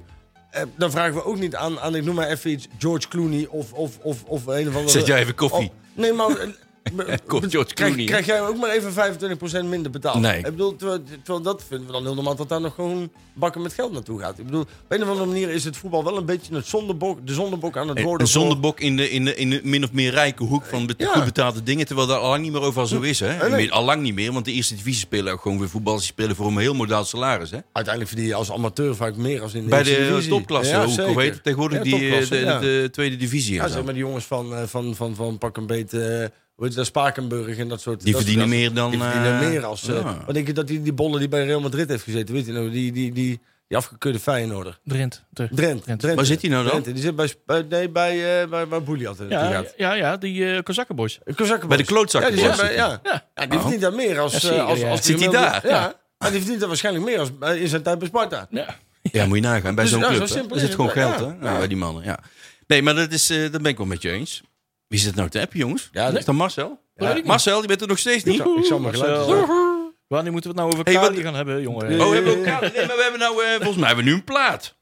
Speaker 4: eh, dan vragen we ook niet aan, aan, ik noem maar even iets, George Clooney of, of, of, of een of andere...
Speaker 3: Zet jij even koffie?
Speaker 4: Oh, nee, maar. eh, be-
Speaker 3: Komt
Speaker 4: be-
Speaker 3: George
Speaker 4: krijg,
Speaker 3: Clooney.
Speaker 4: krijg jij ook maar even 25% minder betaald?
Speaker 3: Nee.
Speaker 4: Ik bedoel, terwijl, terwijl dat vinden we dan heel normaal dat daar nog gewoon bakken met geld naartoe gaat. Ik bedoel, op een of andere manier is het voetbal wel een beetje het zondebok, de zondebok aan het
Speaker 3: Een,
Speaker 4: worden.
Speaker 3: Eh, een
Speaker 4: voor-
Speaker 3: zondebok in de, in, de, in de min of meer rijke hoek van bet-
Speaker 4: Ja.
Speaker 3: goed betaalde dingen. Terwijl daar allang niet meer overal zo is. Hè?
Speaker 4: nee.
Speaker 3: Inmiddels Allang niet meer, want de eerste divisie spelen ook gewoon weer voetbal. Ze spelen voor een heel modaal salaris. Hè?
Speaker 4: Uiteindelijk verdien je als amateur vaak meer als in de
Speaker 3: Bij
Speaker 4: eerste
Speaker 3: de
Speaker 4: divisie.
Speaker 3: topklasse,
Speaker 4: Ja,
Speaker 3: hoe,
Speaker 4: zeker.
Speaker 3: hoe heet het tegenwoordig
Speaker 4: Ja,
Speaker 3: die, eh, de,
Speaker 4: topklasse, ja.
Speaker 3: de, tweede divisie. en
Speaker 4: Ja,
Speaker 3: zo.
Speaker 4: zeg maar die jongens van, eh, van, van, van pak een beet, eh, hoe heet dat, Spakenburg en dat soort
Speaker 3: die
Speaker 4: dat
Speaker 3: verdienen
Speaker 4: soort-
Speaker 3: meer dan...
Speaker 4: Die verdienen
Speaker 3: eh,
Speaker 4: meer als... eh,
Speaker 3: ja.
Speaker 4: Wat denk je dat die, die bolle die bij Real Madrid heeft gezeten, weet je nou, die, die, die, die afgekeurde Feyenoorder.
Speaker 5: Drent. Te-
Speaker 4: Drenthe.
Speaker 5: Drenthe.
Speaker 4: Drenthe.
Speaker 3: Waar zit hij nou dan?
Speaker 4: Drenthe. Die zit bij, bij, nee, bij, eh, bij, bij Boeliat.
Speaker 5: Ja, ja, ja, die eh Kozakkenboys.
Speaker 3: Bij de klootzakken.
Speaker 4: Ja, die, zit
Speaker 3: Ja.
Speaker 4: bij, ja.
Speaker 5: Ja.
Speaker 4: Ja, die verdient daar meer als...
Speaker 5: Ja,
Speaker 4: eh,
Speaker 5: zie je,
Speaker 4: als,
Speaker 5: ja.
Speaker 4: als
Speaker 3: Zit hij
Speaker 4: gemiddelde-
Speaker 3: daar?
Speaker 4: Ja.
Speaker 3: Ja.
Speaker 4: Maar die verdient daar waarschijnlijk meer als eh, in zijn tijd bij Sparta.
Speaker 5: Ja.
Speaker 3: Ja, moet je nagaan. Bij
Speaker 4: Dus,
Speaker 3: zo'n
Speaker 4: ja,
Speaker 3: club
Speaker 4: zo
Speaker 3: hè.
Speaker 4: simpel
Speaker 3: Daar
Speaker 4: is
Speaker 3: zit gewoon
Speaker 4: het, ja.
Speaker 3: geld hè? Ja, bij die mannen. Ja. Nee, maar dat, is, eh, dat ben ik wel met je eens. Wie zit nou te appen, jongens?
Speaker 4: Ja, dat-
Speaker 3: is dan Marcel?
Speaker 5: Weet ik niet.
Speaker 3: Marcel, die bent er nog steeds niet.
Speaker 4: Ik zal maar
Speaker 5: Marcel.
Speaker 4: geluid eens doen.
Speaker 5: Wanneer moeten we het nou over
Speaker 3: Hey,
Speaker 5: Kali
Speaker 3: wat-
Speaker 5: gaan hebben, jongen?
Speaker 4: Nee.
Speaker 3: Oh, hebben we elkaar? Nee, maar we hebben nou... eh, volgens mij hebben we nu een plaat.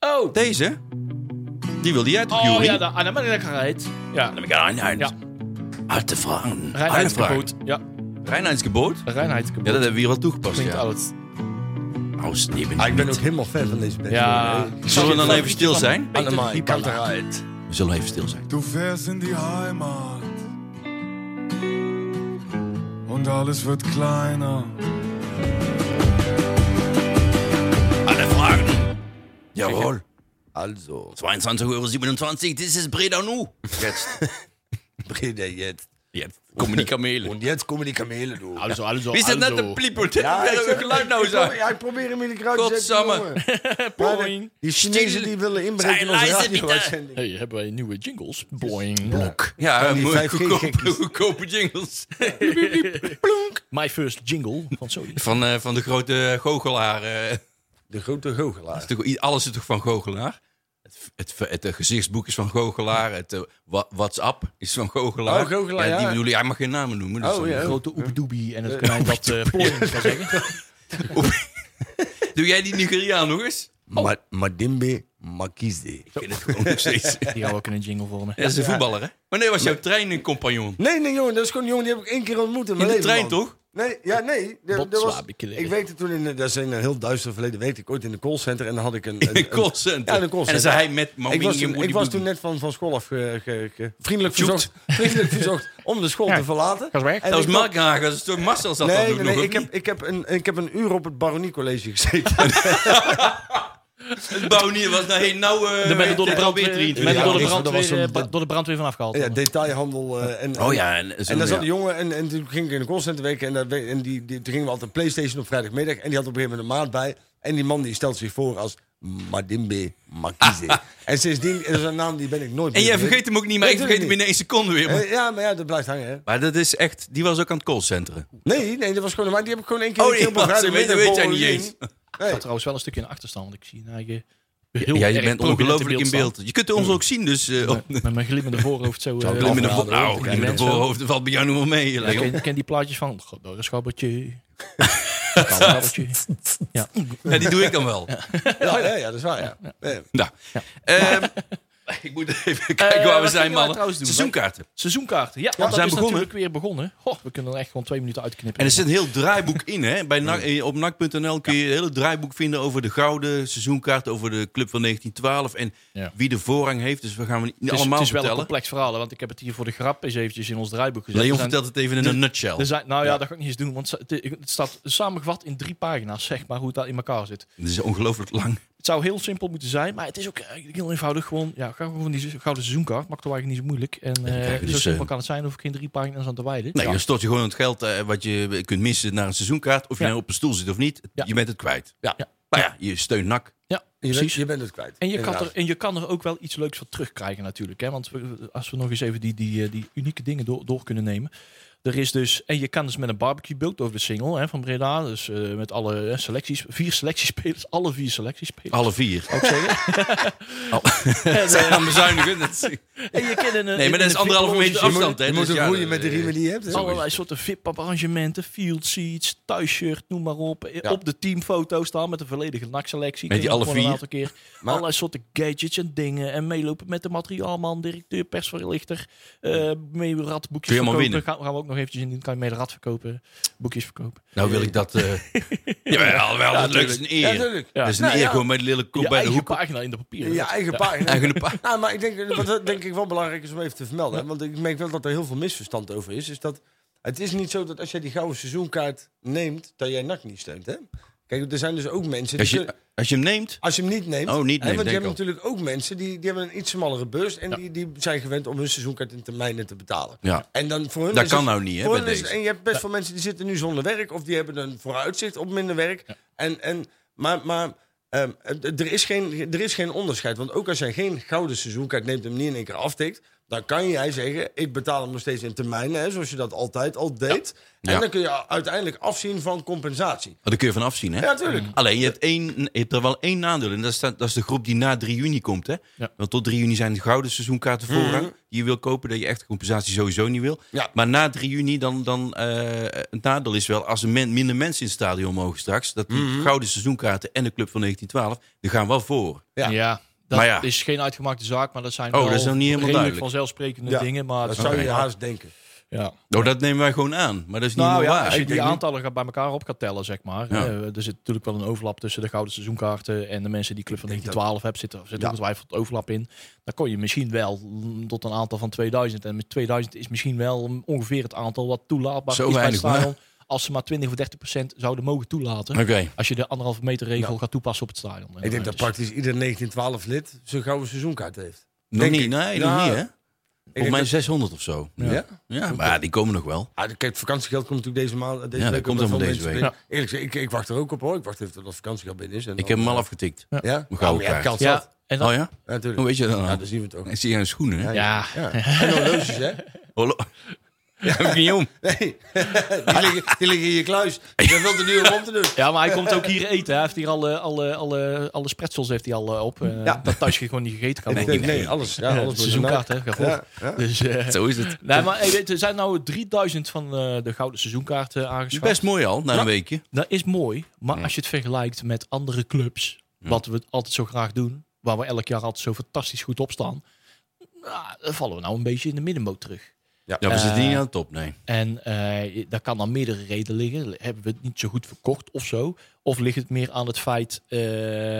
Speaker 5: Oh,
Speaker 3: Deze? Die wilde jij toch,
Speaker 5: oh
Speaker 3: Jury?
Speaker 5: ja, de Annemarienheid. Ja,
Speaker 3: Dan heb ik aan uit.
Speaker 5: Ja.
Speaker 3: Uit de vragen.
Speaker 5: reinheidsgebot. Ja,
Speaker 3: Reinheidsgebot?
Speaker 5: reinheidsgebot.
Speaker 3: Ja, dat hebben we hier al toegepast.
Speaker 5: klinkt
Speaker 3: Ja.
Speaker 5: oud.
Speaker 3: Nou, Steven.
Speaker 4: Ah, ik ben ook helemaal fan van deze band.
Speaker 5: Ja.
Speaker 3: Zullen we dan even stil zijn?
Speaker 4: Annemai, kan eruit.
Speaker 3: We zullen even stil zijn.
Speaker 1: Du fährst in die Heimat und alles wird kleiner.
Speaker 3: Alle vragen. Jawohl.
Speaker 4: Also,
Speaker 3: 22,27 euro. Dit is Breda nu. Jetzt.
Speaker 4: Breda jetzt.
Speaker 3: Jetzt. Komen die kamelen.
Speaker 4: En jetzt komen die kamelen door.
Speaker 5: Also, also,
Speaker 3: Wie is dat net
Speaker 5: also.
Speaker 3: een pliepert? Ja,
Speaker 4: Ja, ik zeg-
Speaker 3: geluid nou
Speaker 4: ik probeer-
Speaker 3: zijn.
Speaker 4: Ja, ik probeer hem in de kruid te zetten.
Speaker 3: Godsamme.
Speaker 4: jongen. Maar de- Die Chinezen die willen inbreken in onze
Speaker 3: Zijn lijzen bieten.
Speaker 4: radio-uitzending.
Speaker 5: Hey, hebben wij nieuwe jingles? Boing. Blok.
Speaker 3: Ja,
Speaker 4: die
Speaker 3: mooi,
Speaker 4: 5G
Speaker 3: goedkope,
Speaker 4: gekkies.
Speaker 3: goedkope jingles.
Speaker 5: My first jingle van Sony.
Speaker 3: Van, eh, van de grote goochelaar. eh.
Speaker 4: De grote goochelaar.
Speaker 3: Het is natuurlijk- Alles is toch van goochelaar? Het, het, het, eh, gezichtsboek is van goochelaar. Het eh, wa- WhatsApp is van goochelaar.
Speaker 4: Oh, goochelaar,
Speaker 3: die
Speaker 4: ja.
Speaker 3: bedoel ik. Hij mag geen namen noemen. Dus
Speaker 4: Oh,
Speaker 3: dan-
Speaker 4: ja.
Speaker 5: Grote oepedoebie en het konijn dat eh ploing kan zeggen.
Speaker 3: Doe jij die Nigeriaan nog eens?
Speaker 4: Ma- Madimbe Makize.
Speaker 3: Ik vind het gewoon nog steeds. Ja,
Speaker 5: Die gaan we ook in een jingle vormen.
Speaker 3: dat is een voetballer, hè? Maar nee, was jouw treincompagnon.
Speaker 4: Nee, nee, jongen, dat is gewoon een jongen die heb ik één keer ontmoet in
Speaker 3: In
Speaker 4: mijn
Speaker 3: de
Speaker 4: leven.
Speaker 3: trein,
Speaker 4: man.
Speaker 3: toch?
Speaker 4: Nee, ja, nee. dat- dat was,
Speaker 5: Botswabi kleren.
Speaker 4: ik weet toen in, eh, dat is in een heel duister verleden, weet ik ooit in de callcenter en dan had ik een. een-
Speaker 3: In een callcenter.
Speaker 4: Ja, in een
Speaker 3: En dan
Speaker 4: callcenter.
Speaker 3: zei hij met Mamie
Speaker 4: ik was,
Speaker 3: en
Speaker 4: toen,
Speaker 3: Woody
Speaker 4: ik was
Speaker 3: Woody.
Speaker 4: toen net van, van school af ge- ge- ge- vriendelijk,
Speaker 3: Tjoet.
Speaker 4: verzocht, vriendelijk verzocht om de school te verlaten.
Speaker 5: Ga eens weg.
Speaker 4: En
Speaker 3: Dat
Speaker 4: ik
Speaker 3: was
Speaker 4: kwam-
Speaker 3: Mark Hagen. Dat is toch Marcel zat dat
Speaker 4: Nee,
Speaker 3: ook
Speaker 4: nee,
Speaker 3: nog,
Speaker 4: nee,
Speaker 3: of
Speaker 4: ik, heb,
Speaker 3: niet?
Speaker 4: ik, heb een, ik heb een uur op het Baroniecollege gezeten.
Speaker 3: Het Bouwnier was nou, hey, nou... eh,
Speaker 5: Dan ben je door de
Speaker 3: eh,
Speaker 5: brandweer,
Speaker 3: Robert Riet.
Speaker 5: ben je
Speaker 4: Ja,
Speaker 5: door de
Speaker 4: dat was
Speaker 5: brandweer,
Speaker 4: een-
Speaker 5: eh, bra- door de brandweer van afgehaald.
Speaker 4: ja, detailhandel. eh, en,
Speaker 3: Oh ja, en, zo,
Speaker 4: En daar
Speaker 3: ja.
Speaker 4: zat een jongen en, en toen ging ik in de callcenter werken. En, daar, we- en die, die, toen gingen we altijd Playstation op vrijdagmiddag. En die had op een gegeven moment een maat bij. En die man die stelt zich voor als Madimbe Makize. en sindsdien, dat is een naam die ben ik nooit
Speaker 3: En
Speaker 4: meer
Speaker 3: jij
Speaker 4: vergeten.
Speaker 3: vergeet hem ook niet, maar ik
Speaker 4: Nee,
Speaker 3: vergeet hem
Speaker 4: natuurlijk
Speaker 3: binnen één seconde weer. Maar,
Speaker 4: Eh, ja, maar ja, dat blijft hangen, hè.
Speaker 3: maar dat is echt... Die was ook aan het callcenteren.
Speaker 4: Nee, nee, dat was gewoon een maat. Die heb ik gewoon één keer
Speaker 3: Oh,
Speaker 4: een keer
Speaker 3: die
Speaker 4: op een
Speaker 3: was-
Speaker 4: vrijdagmiddag
Speaker 3: weet- weet jij
Speaker 4: voor
Speaker 3: niet
Speaker 4: gezien.
Speaker 3: eens.
Speaker 4: Nee.
Speaker 5: Ik had trouwens wel een stukje in de achterstand, want ik zie nou je heel
Speaker 3: Ja, je
Speaker 5: erg
Speaker 3: bent
Speaker 5: prominent
Speaker 3: ongelooflijk in
Speaker 5: staan.
Speaker 3: beeld. Je kunt ons ook zien, dus... eh, op-
Speaker 5: Met mijn glimmende voorhoofd zo. eh,
Speaker 3: Glimmende
Speaker 5: afraden,
Speaker 3: voor- Nou,
Speaker 5: hoor.
Speaker 3: glimmende
Speaker 5: Zo.
Speaker 3: voorhoofd dat valt bij jou nog wel mee.
Speaker 5: Ja, ik
Speaker 3: Leon.
Speaker 5: ken, ik ken die plaatjes van. God, dat is schabbertje. Schabbertje. Ja.
Speaker 3: Ja, die doe ik dan wel.
Speaker 4: Ja, ja, ja, dat is waar, ja. Ja.
Speaker 3: Nou, ehm, Ik moet even kijken waar we
Speaker 5: Eh, wat
Speaker 3: zijn,
Speaker 5: gingen wij
Speaker 3: mannen.
Speaker 5: trouwens doen?
Speaker 3: Seizoenkaarten.
Speaker 5: Seizoenkaarten. Ja, want
Speaker 3: we
Speaker 5: dat
Speaker 3: zijn
Speaker 5: is
Speaker 3: begonnen.
Speaker 5: natuurlijk weer begonnen. Goh, we kunnen er echt gewoon twee minuten uitknippen.
Speaker 3: En er zit een heel draaiboek in. Hè? Bij NAC- eh, op NAC.nl kun je een hele draaiboek vinden over de gouden seizoenkaart, over de club van 1912 en
Speaker 5: Ja.
Speaker 3: wie de voorrang heeft. Dus we gaan we niet
Speaker 5: het is, het is
Speaker 3: allemaal
Speaker 5: wel een Dus
Speaker 3: vertellen.
Speaker 5: complex verhaal, hè, want ik heb het hier voor de grap eens eventjes in ons draaiboek gezet.
Speaker 3: Leon
Speaker 5: Er zijn-
Speaker 3: vertelt het even in een nutshell.
Speaker 5: er zijn, nou ja, dat ga ik niet eens doen, want het, het staat samengevat in drie pagina's, zeg maar, hoe het daar in elkaar zit.
Speaker 3: Het is ongelooflijk lang.
Speaker 5: Het zou heel simpel moeten zijn, maar het is ook eigenlijk heel eenvoudig. Gewoon, ja, ga gewoon die gouden seizoenkaart. Maakt het eigenlijk niet zo moeilijk. En eh,
Speaker 3: krijg je
Speaker 5: zo
Speaker 3: dus,
Speaker 5: simpel
Speaker 3: eh,
Speaker 5: kan het zijn, hoef ik geen drie pagina's aan te wijden.
Speaker 3: Nee,
Speaker 5: ja.
Speaker 3: dan stort Nou, je gewoon het geld eh, wat je kunt missen naar een seizoenkaart. Of je
Speaker 5: Ja.
Speaker 3: nou op een stoel zit of niet,
Speaker 5: Ja.
Speaker 3: je bent het kwijt.
Speaker 5: Ja. Ja.
Speaker 3: Maar ja, je steunt NAC.
Speaker 5: Ja,
Speaker 4: Je, bent,
Speaker 5: precies.
Speaker 4: je bent het kwijt.
Speaker 5: En je, kan er,
Speaker 4: inderdaad.
Speaker 5: en je kan er ook wel iets leuks van terugkrijgen natuurlijk. Hè? Want we- als we nog eens even die, die, eh, die unieke dingen door, door kunnen nemen. Er is dus, en je kan dus met een barbecue bulk over de single hè, van Breda. Dus eh, met alle eh, selecties, vier selectiespelers, alle vier selectiespelers.
Speaker 3: Alle vier. Oh.
Speaker 5: Ook zeggen.
Speaker 3: Ze zijn aan het bezuinigen. Dat-
Speaker 5: En je kan in een-
Speaker 3: Nee,
Speaker 5: in
Speaker 3: maar dat is
Speaker 5: een
Speaker 3: anderhalve
Speaker 5: VIP-lounge
Speaker 3: meter
Speaker 4: Je moet-
Speaker 3: afstand. hè,
Speaker 4: Je moet
Speaker 3: dus
Speaker 4: het
Speaker 3: ja,
Speaker 4: roeien met de
Speaker 3: eh,
Speaker 4: riemen die je hebt. hè?
Speaker 5: Allerlei soorten VIP-arrangementen, field seats, thuisshirt, noem maar op. Op de teamfoto staan met de volledige NAC-selectie.
Speaker 3: Met die
Speaker 5: Kun je
Speaker 3: alle
Speaker 5: gewoon
Speaker 3: vier?
Speaker 5: Een aantal keer.
Speaker 4: Maar-
Speaker 5: Allerlei soorten gadgets en dingen. En meelopen met de materiaalman, directeur, persverlichter. eh mee radboekjes
Speaker 3: Kun je allemaal
Speaker 5: verkopen.
Speaker 3: winnen.
Speaker 5: Gaan, gaan we ook nog eventjes in doen. Kan je mee de rad verkopen, boekjes verkopen.
Speaker 3: Nou wil ik dat... eh Jawel, wel, dat lukt. Dat is een
Speaker 4: Ja,
Speaker 3: eer.
Speaker 4: natuurlijk.
Speaker 5: Ja.
Speaker 3: Dat is een
Speaker 4: Nou,
Speaker 3: eer
Speaker 4: ja.
Speaker 3: gewoon bij de lille kop
Speaker 5: je
Speaker 3: bij de
Speaker 5: eigen
Speaker 3: hoek.
Speaker 5: pagina in de papieren.
Speaker 4: Je eigen pagina.
Speaker 3: Eigen pa-
Speaker 4: Nou, maar ik denk, wat dat denk ik wel belangrijk is om even te vermelden. hè, Want ik merk wel dat er heel veel misverstand over is. Is dat het is niet zo dat als jij die gouden seizoenkaart neemt, dat jij NAC niet steunt. Hè? Kijk, er zijn dus ook mensen. Die
Speaker 3: Als je, als je hem neemt,
Speaker 4: Als je hem niet neemt.
Speaker 3: Oh, niet neemt,
Speaker 4: hè, want je
Speaker 3: denk
Speaker 4: hebt natuurlijk ook mensen die, die hebben een iets smallere beurs. En die, die zijn gewend om hun seizoenkaart in termijnen te betalen.
Speaker 3: Ja.
Speaker 4: En dan voor hun
Speaker 3: Dat
Speaker 4: is
Speaker 3: kan
Speaker 4: het-
Speaker 3: nou niet, hè,
Speaker 4: voor
Speaker 3: bij
Speaker 4: hun is het-
Speaker 3: deze.
Speaker 4: En je hebt best veel mensen die zitten nu zonder werk. Of die hebben een vooruitzicht op minder werk. En, en, maar maar ehm, d- er, is geen, er is geen onderscheid. Want ook als jij geen gouden seizoenkaart neemt en hem niet in één keer aftikt. Dan kan jij zeggen, ik betaal hem nog steeds in termijnen. Hè, zoals je dat altijd al deed. En
Speaker 3: Ja.
Speaker 4: dan kun je uiteindelijk afzien van compensatie.
Speaker 3: daar kun je van afzien, hè?
Speaker 4: Ja, tuurlijk.
Speaker 3: Alleen, je hebt, één, je hebt er wel één nadeel. En dat is, dat dat is de groep die na 3 juni komt. Hè?
Speaker 5: Ja.
Speaker 3: Want tot 3 juni zijn de gouden seizoenkaarten voorrang. Die je wil kopen, dat je echt compensatie sowieso niet wil.
Speaker 4: Ja.
Speaker 3: Maar na 3 juni, dan, dan eh, het nadeel is wel... als er men- minder mensen in het stadion mogen straks... dat die gouden seizoenkaarten en de club van 1912... die gaan wel voor.
Speaker 4: Ja.
Speaker 5: Ja. dat
Speaker 3: Maar ja.
Speaker 5: is geen uitgemaakte zaak, maar dat zijn
Speaker 3: Oh,
Speaker 5: wel
Speaker 3: dat is nog niet helemaal
Speaker 5: redelijk
Speaker 3: duidelijk.
Speaker 5: vanzelfsprekende
Speaker 4: Ja.
Speaker 5: dingen. Maar
Speaker 4: Dat
Speaker 5: het-
Speaker 4: zou je
Speaker 5: ja.
Speaker 4: haast denken.
Speaker 5: ja.
Speaker 3: Nou, dat nemen wij gewoon aan. Maar dat is niet
Speaker 5: Nou
Speaker 3: helemaal
Speaker 5: ja, als
Speaker 3: waar.
Speaker 5: je die
Speaker 4: denk niet-
Speaker 5: aantallen gaat bij elkaar op gaat tellen, zeg maar.
Speaker 3: Ja.
Speaker 5: Eh, er zit natuurlijk wel een overlap tussen de gouden seizoenkaarten en de mensen die Club van 1912 hebben. Zit, er zit
Speaker 4: Ja.
Speaker 5: ongetwijfeld overlap in. Dan kon je misschien wel mm, tot een aantal van 2000. En met 2000 is misschien wel mm, ongeveer het aantal wat toelaatbaar
Speaker 3: Zo
Speaker 5: is bij het
Speaker 3: weinig,
Speaker 5: stadion. Als ze maar 20 of 30 procent zouden mogen toelaten.
Speaker 3: Oké.
Speaker 5: Als je de anderhalve meter regel gaat toepassen op het stadion.
Speaker 4: Ik denk dat
Speaker 5: Dus-
Speaker 4: praktisch ieder 1912 lid zijn gouden seizoenkaart heeft.
Speaker 3: Nog
Speaker 4: Denk
Speaker 3: niet,
Speaker 4: ik.
Speaker 3: nee, nog
Speaker 4: Nou,
Speaker 3: niet, hè?
Speaker 4: denk
Speaker 3: Volgens mij
Speaker 4: dat-
Speaker 3: 600 of zo.
Speaker 4: Ja?
Speaker 3: Ja, maar die komen nog wel.
Speaker 4: Ah, kijk, het vakantiegeld komt natuurlijk deze maand. Deze
Speaker 3: Ja, dat
Speaker 4: week
Speaker 3: komt
Speaker 4: omdat
Speaker 3: allemaal
Speaker 4: veel
Speaker 3: deze
Speaker 4: mensen
Speaker 3: week.
Speaker 4: binnen- Eerlijk gezegd, ik, ik wacht er ook op hoor. Ik wacht even tot het vakantiegeld binnen is. En
Speaker 3: Ik heb hem al afgetikt.
Speaker 4: Ja? Ja,
Speaker 3: Mijn gouden
Speaker 4: maar ja,
Speaker 3: kaart.
Speaker 4: kans
Speaker 5: Ja,
Speaker 4: had.
Speaker 5: en dan,
Speaker 3: Oh ja?
Speaker 4: Ja, natuurlijk.
Speaker 3: Hoe weet je dat nou? dan?
Speaker 4: Ja, dat zien we toch.
Speaker 3: En zie je aan schoenen, hè?
Speaker 5: ja.
Speaker 4: Ja. En horloges, hè?
Speaker 3: Hallo. Ja, heb ik niet om.
Speaker 4: Nee. Die liggen, die liggen in je kluis. Dat is veel te duur om op te doen.
Speaker 5: Ja, maar hij komt ook hier eten. Hij heeft hier alle, alle, alle, alle spretzels heeft hij al eh, op. Eh,
Speaker 4: Ja.
Speaker 5: Dat thuis gewoon niet gegeten kan
Speaker 4: Nee,
Speaker 5: worden.
Speaker 4: nee, alles. Ja,
Speaker 5: Ja,
Speaker 4: alles wordt
Speaker 5: seizoenkaart,
Speaker 4: ernaar.
Speaker 5: hè? Ga voor.
Speaker 4: Ja, ja.
Speaker 5: Dus, eh,
Speaker 3: Zo is het.
Speaker 5: nee, maar hey, er zijn nou 3000 van eh, de gouden seizoenkaarten aangeschaft.
Speaker 3: Best mooi al, na een weekje.
Speaker 5: Dat is mooi, maar als je het vergelijkt met andere clubs, wat we altijd zo graag doen, waar we elk jaar altijd zo fantastisch goed op staan, nou, dan vallen we nou een beetje in de middenmoot terug.
Speaker 3: Ja, we zitten
Speaker 5: Eh,
Speaker 3: niet aan de top, nee.
Speaker 5: En eh, daar kan dan meerdere redenen liggen. Hebben we het niet zo goed verkocht of zo? Of ligt het meer aan het feit eh,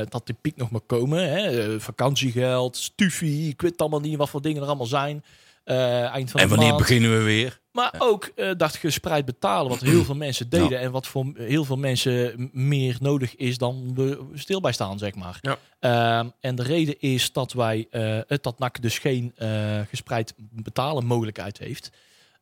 Speaker 5: dat de piek nog maar komen? Hè? Eh, vakantiegeld, stufie, ik weet allemaal niet wat voor dingen er allemaal zijn. Eh, eind van
Speaker 3: En
Speaker 5: de
Speaker 3: wanneer
Speaker 5: maand.
Speaker 3: beginnen we weer?
Speaker 5: Maar ook eh, dat gespreid betalen, wat heel veel mensen deden. En wat voor heel veel mensen m- meer nodig is dan we stil bij staan, zeg maar.
Speaker 4: Ja.
Speaker 5: Ehm, en de reden is dat wij eh, het dat NAC dus geen eh, gespreid betalen mogelijkheid heeft.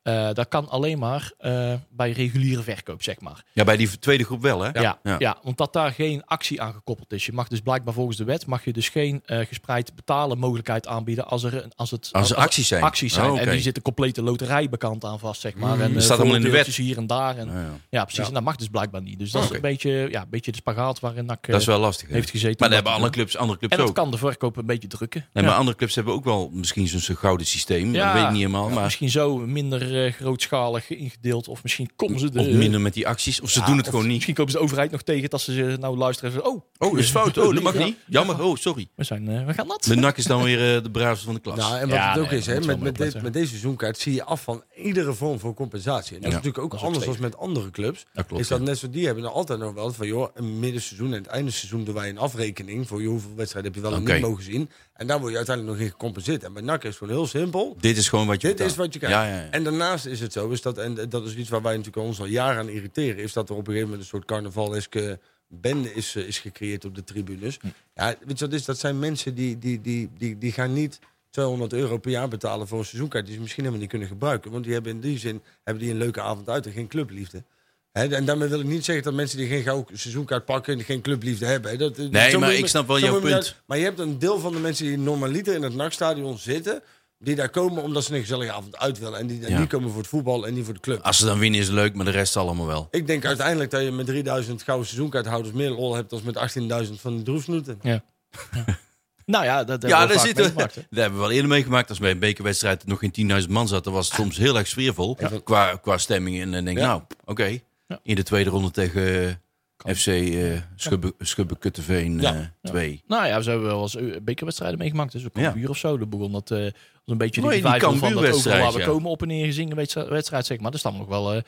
Speaker 5: Eh, dat kan alleen maar eh, bij reguliere verkoop, zeg maar.
Speaker 3: Ja, bij die tweede groep wel, hè?
Speaker 5: Ja, ja.
Speaker 3: Ja.
Speaker 5: want dat daar geen actie aan gekoppeld is. Je mag dus blijkbaar volgens de wet mag je dus geen eh, gespreid betalen mogelijkheid aanbieden als er, een- als het,
Speaker 3: Als er acties zijn.
Speaker 5: acties zijn.
Speaker 3: Oh, oké.
Speaker 5: En die zit de complete loterij bekant aan vast, zeg maar. En, eh,
Speaker 3: Dat staat allemaal in de wet.
Speaker 5: voordeeltjes hier en daar. En,
Speaker 3: Nou ja.
Speaker 5: ja, precies. En dat mag dus blijkbaar niet. Dus dat
Speaker 3: Oké.
Speaker 5: is een beetje, ja, een beetje de spagaat waarin NAC eh,
Speaker 3: Dat is wel lastig. hè?
Speaker 5: heeft gezeten.
Speaker 3: Maar
Speaker 5: om
Speaker 3: dat
Speaker 5: dat
Speaker 3: hebben
Speaker 5: te doen.
Speaker 3: andere clubs, andere
Speaker 5: En
Speaker 3: clubs
Speaker 5: dat
Speaker 3: ook.
Speaker 5: kan de verkoop een beetje drukken.
Speaker 3: Nee,
Speaker 5: Ja.
Speaker 3: maar andere clubs hebben ook wel misschien zo'n gouden systeem. Dat weet ik niet helemaal.
Speaker 5: Ja,
Speaker 3: Maar
Speaker 5: Misschien zo minder eh, grootschalig ingedeeld. Of misschien komen ze
Speaker 3: Of
Speaker 5: er...
Speaker 3: minder met die acties. Of ze doen het
Speaker 5: of
Speaker 3: gewoon niet.
Speaker 5: Misschien komen ze de overheid nog tegen dat ze ze nou luisteren. en zeggen, Oh,
Speaker 3: Oh, dat is fout. Oh, dat mag niet. Jammer. Oh, sorry.
Speaker 5: we, zijn, eh, we gaan nat.
Speaker 3: De nak is dan weer eh, de braafste van de klas.
Speaker 4: Nou, en wat
Speaker 5: Ja,
Speaker 4: het ook
Speaker 5: nee,
Speaker 4: is,
Speaker 5: dat
Speaker 4: hè,
Speaker 5: moet
Speaker 4: met,
Speaker 5: wel
Speaker 4: met,
Speaker 5: maar
Speaker 4: dit-
Speaker 5: dat,
Speaker 4: met deze seizoenkaart zie je af van iedere vorm van compensatie. En dat
Speaker 3: Ja,
Speaker 4: is natuurlijk ook
Speaker 5: dat is ook
Speaker 4: anders dan
Speaker 5: steeds.
Speaker 4: met andere clubs.
Speaker 3: Dat klopt,
Speaker 4: is dat
Speaker 3: ja.
Speaker 4: net zo, die hebben er altijd nog wel van, joh, een middenseizoen en het einde seizoen doen wij een afrekening voor je hoeveel wedstrijden heb je wel en
Speaker 3: Oké.
Speaker 4: niet mogen zien. En daar word je uiteindelijk nog in gecompenseerd. En bij NAC is het gewoon heel simpel.
Speaker 3: Dit is gewoon wat je
Speaker 4: Dit is
Speaker 3: betaalt.
Speaker 4: wat je krijgt.
Speaker 3: Ja, ja, ja.
Speaker 4: En daarnaast is het zo, is dat, en dat is iets waar wij natuurlijk ons al jaren aan irriteren, is dat er op een gegeven moment een soort carnavaleske bende is, eh, is gecreëerd op de tribunes.
Speaker 3: Hm.
Speaker 4: Ja, weet je wat het is? Dat zijn mensen die, die, die, die, die gaan niet 200 euro per jaar betalen voor een seizoenkaart die ze misschien helemaal niet kunnen gebruiken. Want die hebben in die zin hebben die een leuke avond uit en geen clubliefde. Hè, en daarmee wil ik niet zeggen dat mensen die geen gauw seizoenkaart pakken en geen clubliefde hebben. hè. Dat, nee,
Speaker 3: maar ik snap wel jouw punt.
Speaker 4: maar je hebt een deel van de mensen die normaliter in het nachtstadion zitten, die daar komen omdat ze een gezellige avond uit willen. En die daar
Speaker 3: Ja.
Speaker 4: niet komen voor het voetbal en niet voor de club.
Speaker 3: Als ze dan winnen is het leuk, maar de rest allemaal wel.
Speaker 4: Ik denk uiteindelijk dat je met 3000 gouden seizoenkaarthouders meer lol hebt dan met 18.000 van de droefsnoeten.
Speaker 5: Nou ja, dat
Speaker 3: Ja,
Speaker 5: hebben we
Speaker 3: daar,
Speaker 5: vaak
Speaker 3: zitten, we-
Speaker 5: meegemaakt, hè.
Speaker 3: daar hebben we wel eerder meegemaakt. Als bij een bekerwedstrijd nog geen 10.000 man zat, dan was het soms heel erg sfeervol qua, qua stemming. En dan denk ik,
Speaker 4: Ja.
Speaker 3: nou, oké.
Speaker 5: Ja.
Speaker 3: In de tweede ronde tegen eh, FC eh Schubbe, eh, Schubbe Kutteveen
Speaker 4: Ja.
Speaker 3: 2.
Speaker 5: Nou ja, ze hebben wel eens eh, bekerwedstrijden meegemaakt. Dus ook een
Speaker 3: Ja.
Speaker 5: buur of zo. Dan begon dat eh, was een beetje
Speaker 3: Nee,
Speaker 5: die
Speaker 3: die
Speaker 5: twijfel van dat overal
Speaker 3: Cambuurwedstrijd,
Speaker 5: waar we
Speaker 3: ja.
Speaker 5: komen op en neer gezien wedstrijd, zeg maar. Dat is dan nog wel eh,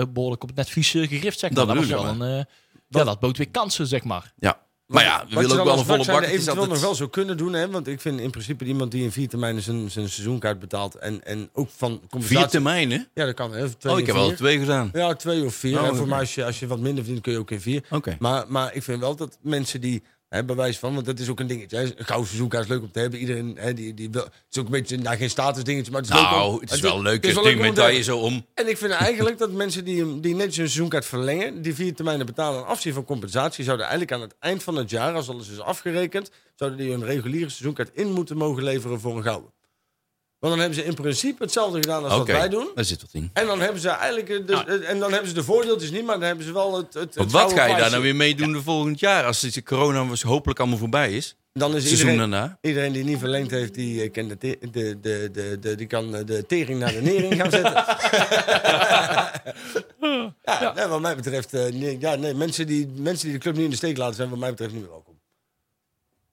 Speaker 5: eh, behoorlijk op het net vies eh, gerift, zeg maar.
Speaker 3: Dat
Speaker 5: Dat, was
Speaker 3: bedoel ik,
Speaker 5: wel een, eh, ja,
Speaker 4: Dat-
Speaker 5: dat bood weer kansen, zeg maar.
Speaker 3: Ja. Maar ja, we
Speaker 4: Wat je
Speaker 3: willen ook
Speaker 4: dan
Speaker 3: wel
Speaker 4: als
Speaker 3: een volle bak.
Speaker 4: vakzijnde
Speaker 3: Het is
Speaker 4: eventueel nog
Speaker 3: altijd-
Speaker 4: wel zo kunnen doen. Hè? Want ik vind in principe iemand die in vier termijnen zijn, zijn seizoenkaart betaalt. En, en ook van compensatie.
Speaker 3: Vier termijnen?
Speaker 4: Ja, dat kan. Hè? Twee
Speaker 3: Oh,
Speaker 4: in
Speaker 3: ik heb wel
Speaker 4: vier.
Speaker 3: twee gedaan.
Speaker 4: Ja, twee of vier.
Speaker 3: Oh,
Speaker 4: en voor
Speaker 3: oké.
Speaker 4: mij, als je, als je wat minder verdient, kun je ook in vier.
Speaker 3: Oké.
Speaker 4: Maar, maar ik vind wel dat mensen die, hè, bij wijze van, want dat is ook een dingetje. Hè, een gouden seizoenkaart is leuk om te hebben. Iedereen, hè, die, die wil, het is ook een beetje nou, geen status dingetje, maar het is leuk om-
Speaker 3: Nou, het is wel leuk.
Speaker 4: het is
Speaker 3: Het
Speaker 4: wel
Speaker 3: ding
Speaker 4: leuk om
Speaker 3: met
Speaker 4: te
Speaker 3: dat je
Speaker 4: hebben.
Speaker 3: zo om.
Speaker 4: En ik vind eigenlijk dat mensen die, hem- die netjes hun seizoenkaart verlengen, die vier termijnen betalen en afzien van compensatie, zouden eigenlijk aan het eind van het jaar, als alles is afgerekend, zouden die hun reguliere seizoenkaart in moeten mogen leveren voor een gouden. Want dan hebben ze in principe hetzelfde gedaan als
Speaker 3: Oké,
Speaker 4: wat wij doen.
Speaker 3: daar zit wat in.
Speaker 4: En dan hebben ze eigenlijk eh, de, eh, en dan hebben ze de voordeeltjes niet, maar dan hebben ze wel het. het,
Speaker 3: Maar
Speaker 4: het
Speaker 3: Nou. wat ga je daar
Speaker 4: gouden
Speaker 3: nou weer mee doen de volgend jaar? Als de corona was- hopelijk allemaal voorbij is.
Speaker 4: Dan is
Speaker 3: Seizoen
Speaker 4: iedereen,
Speaker 3: daarna.
Speaker 4: Iedereen die niet verlengd heeft, die, eh, kan de, te- de, de, de, de, die kan eh, de tering naar de nering gaan zetten. ja, nee, wat mij betreft, eh, nee, ja, nee, mensen, die, mensen die de club niet in de steek laten zijn, wat mij betreft niet meer welkom.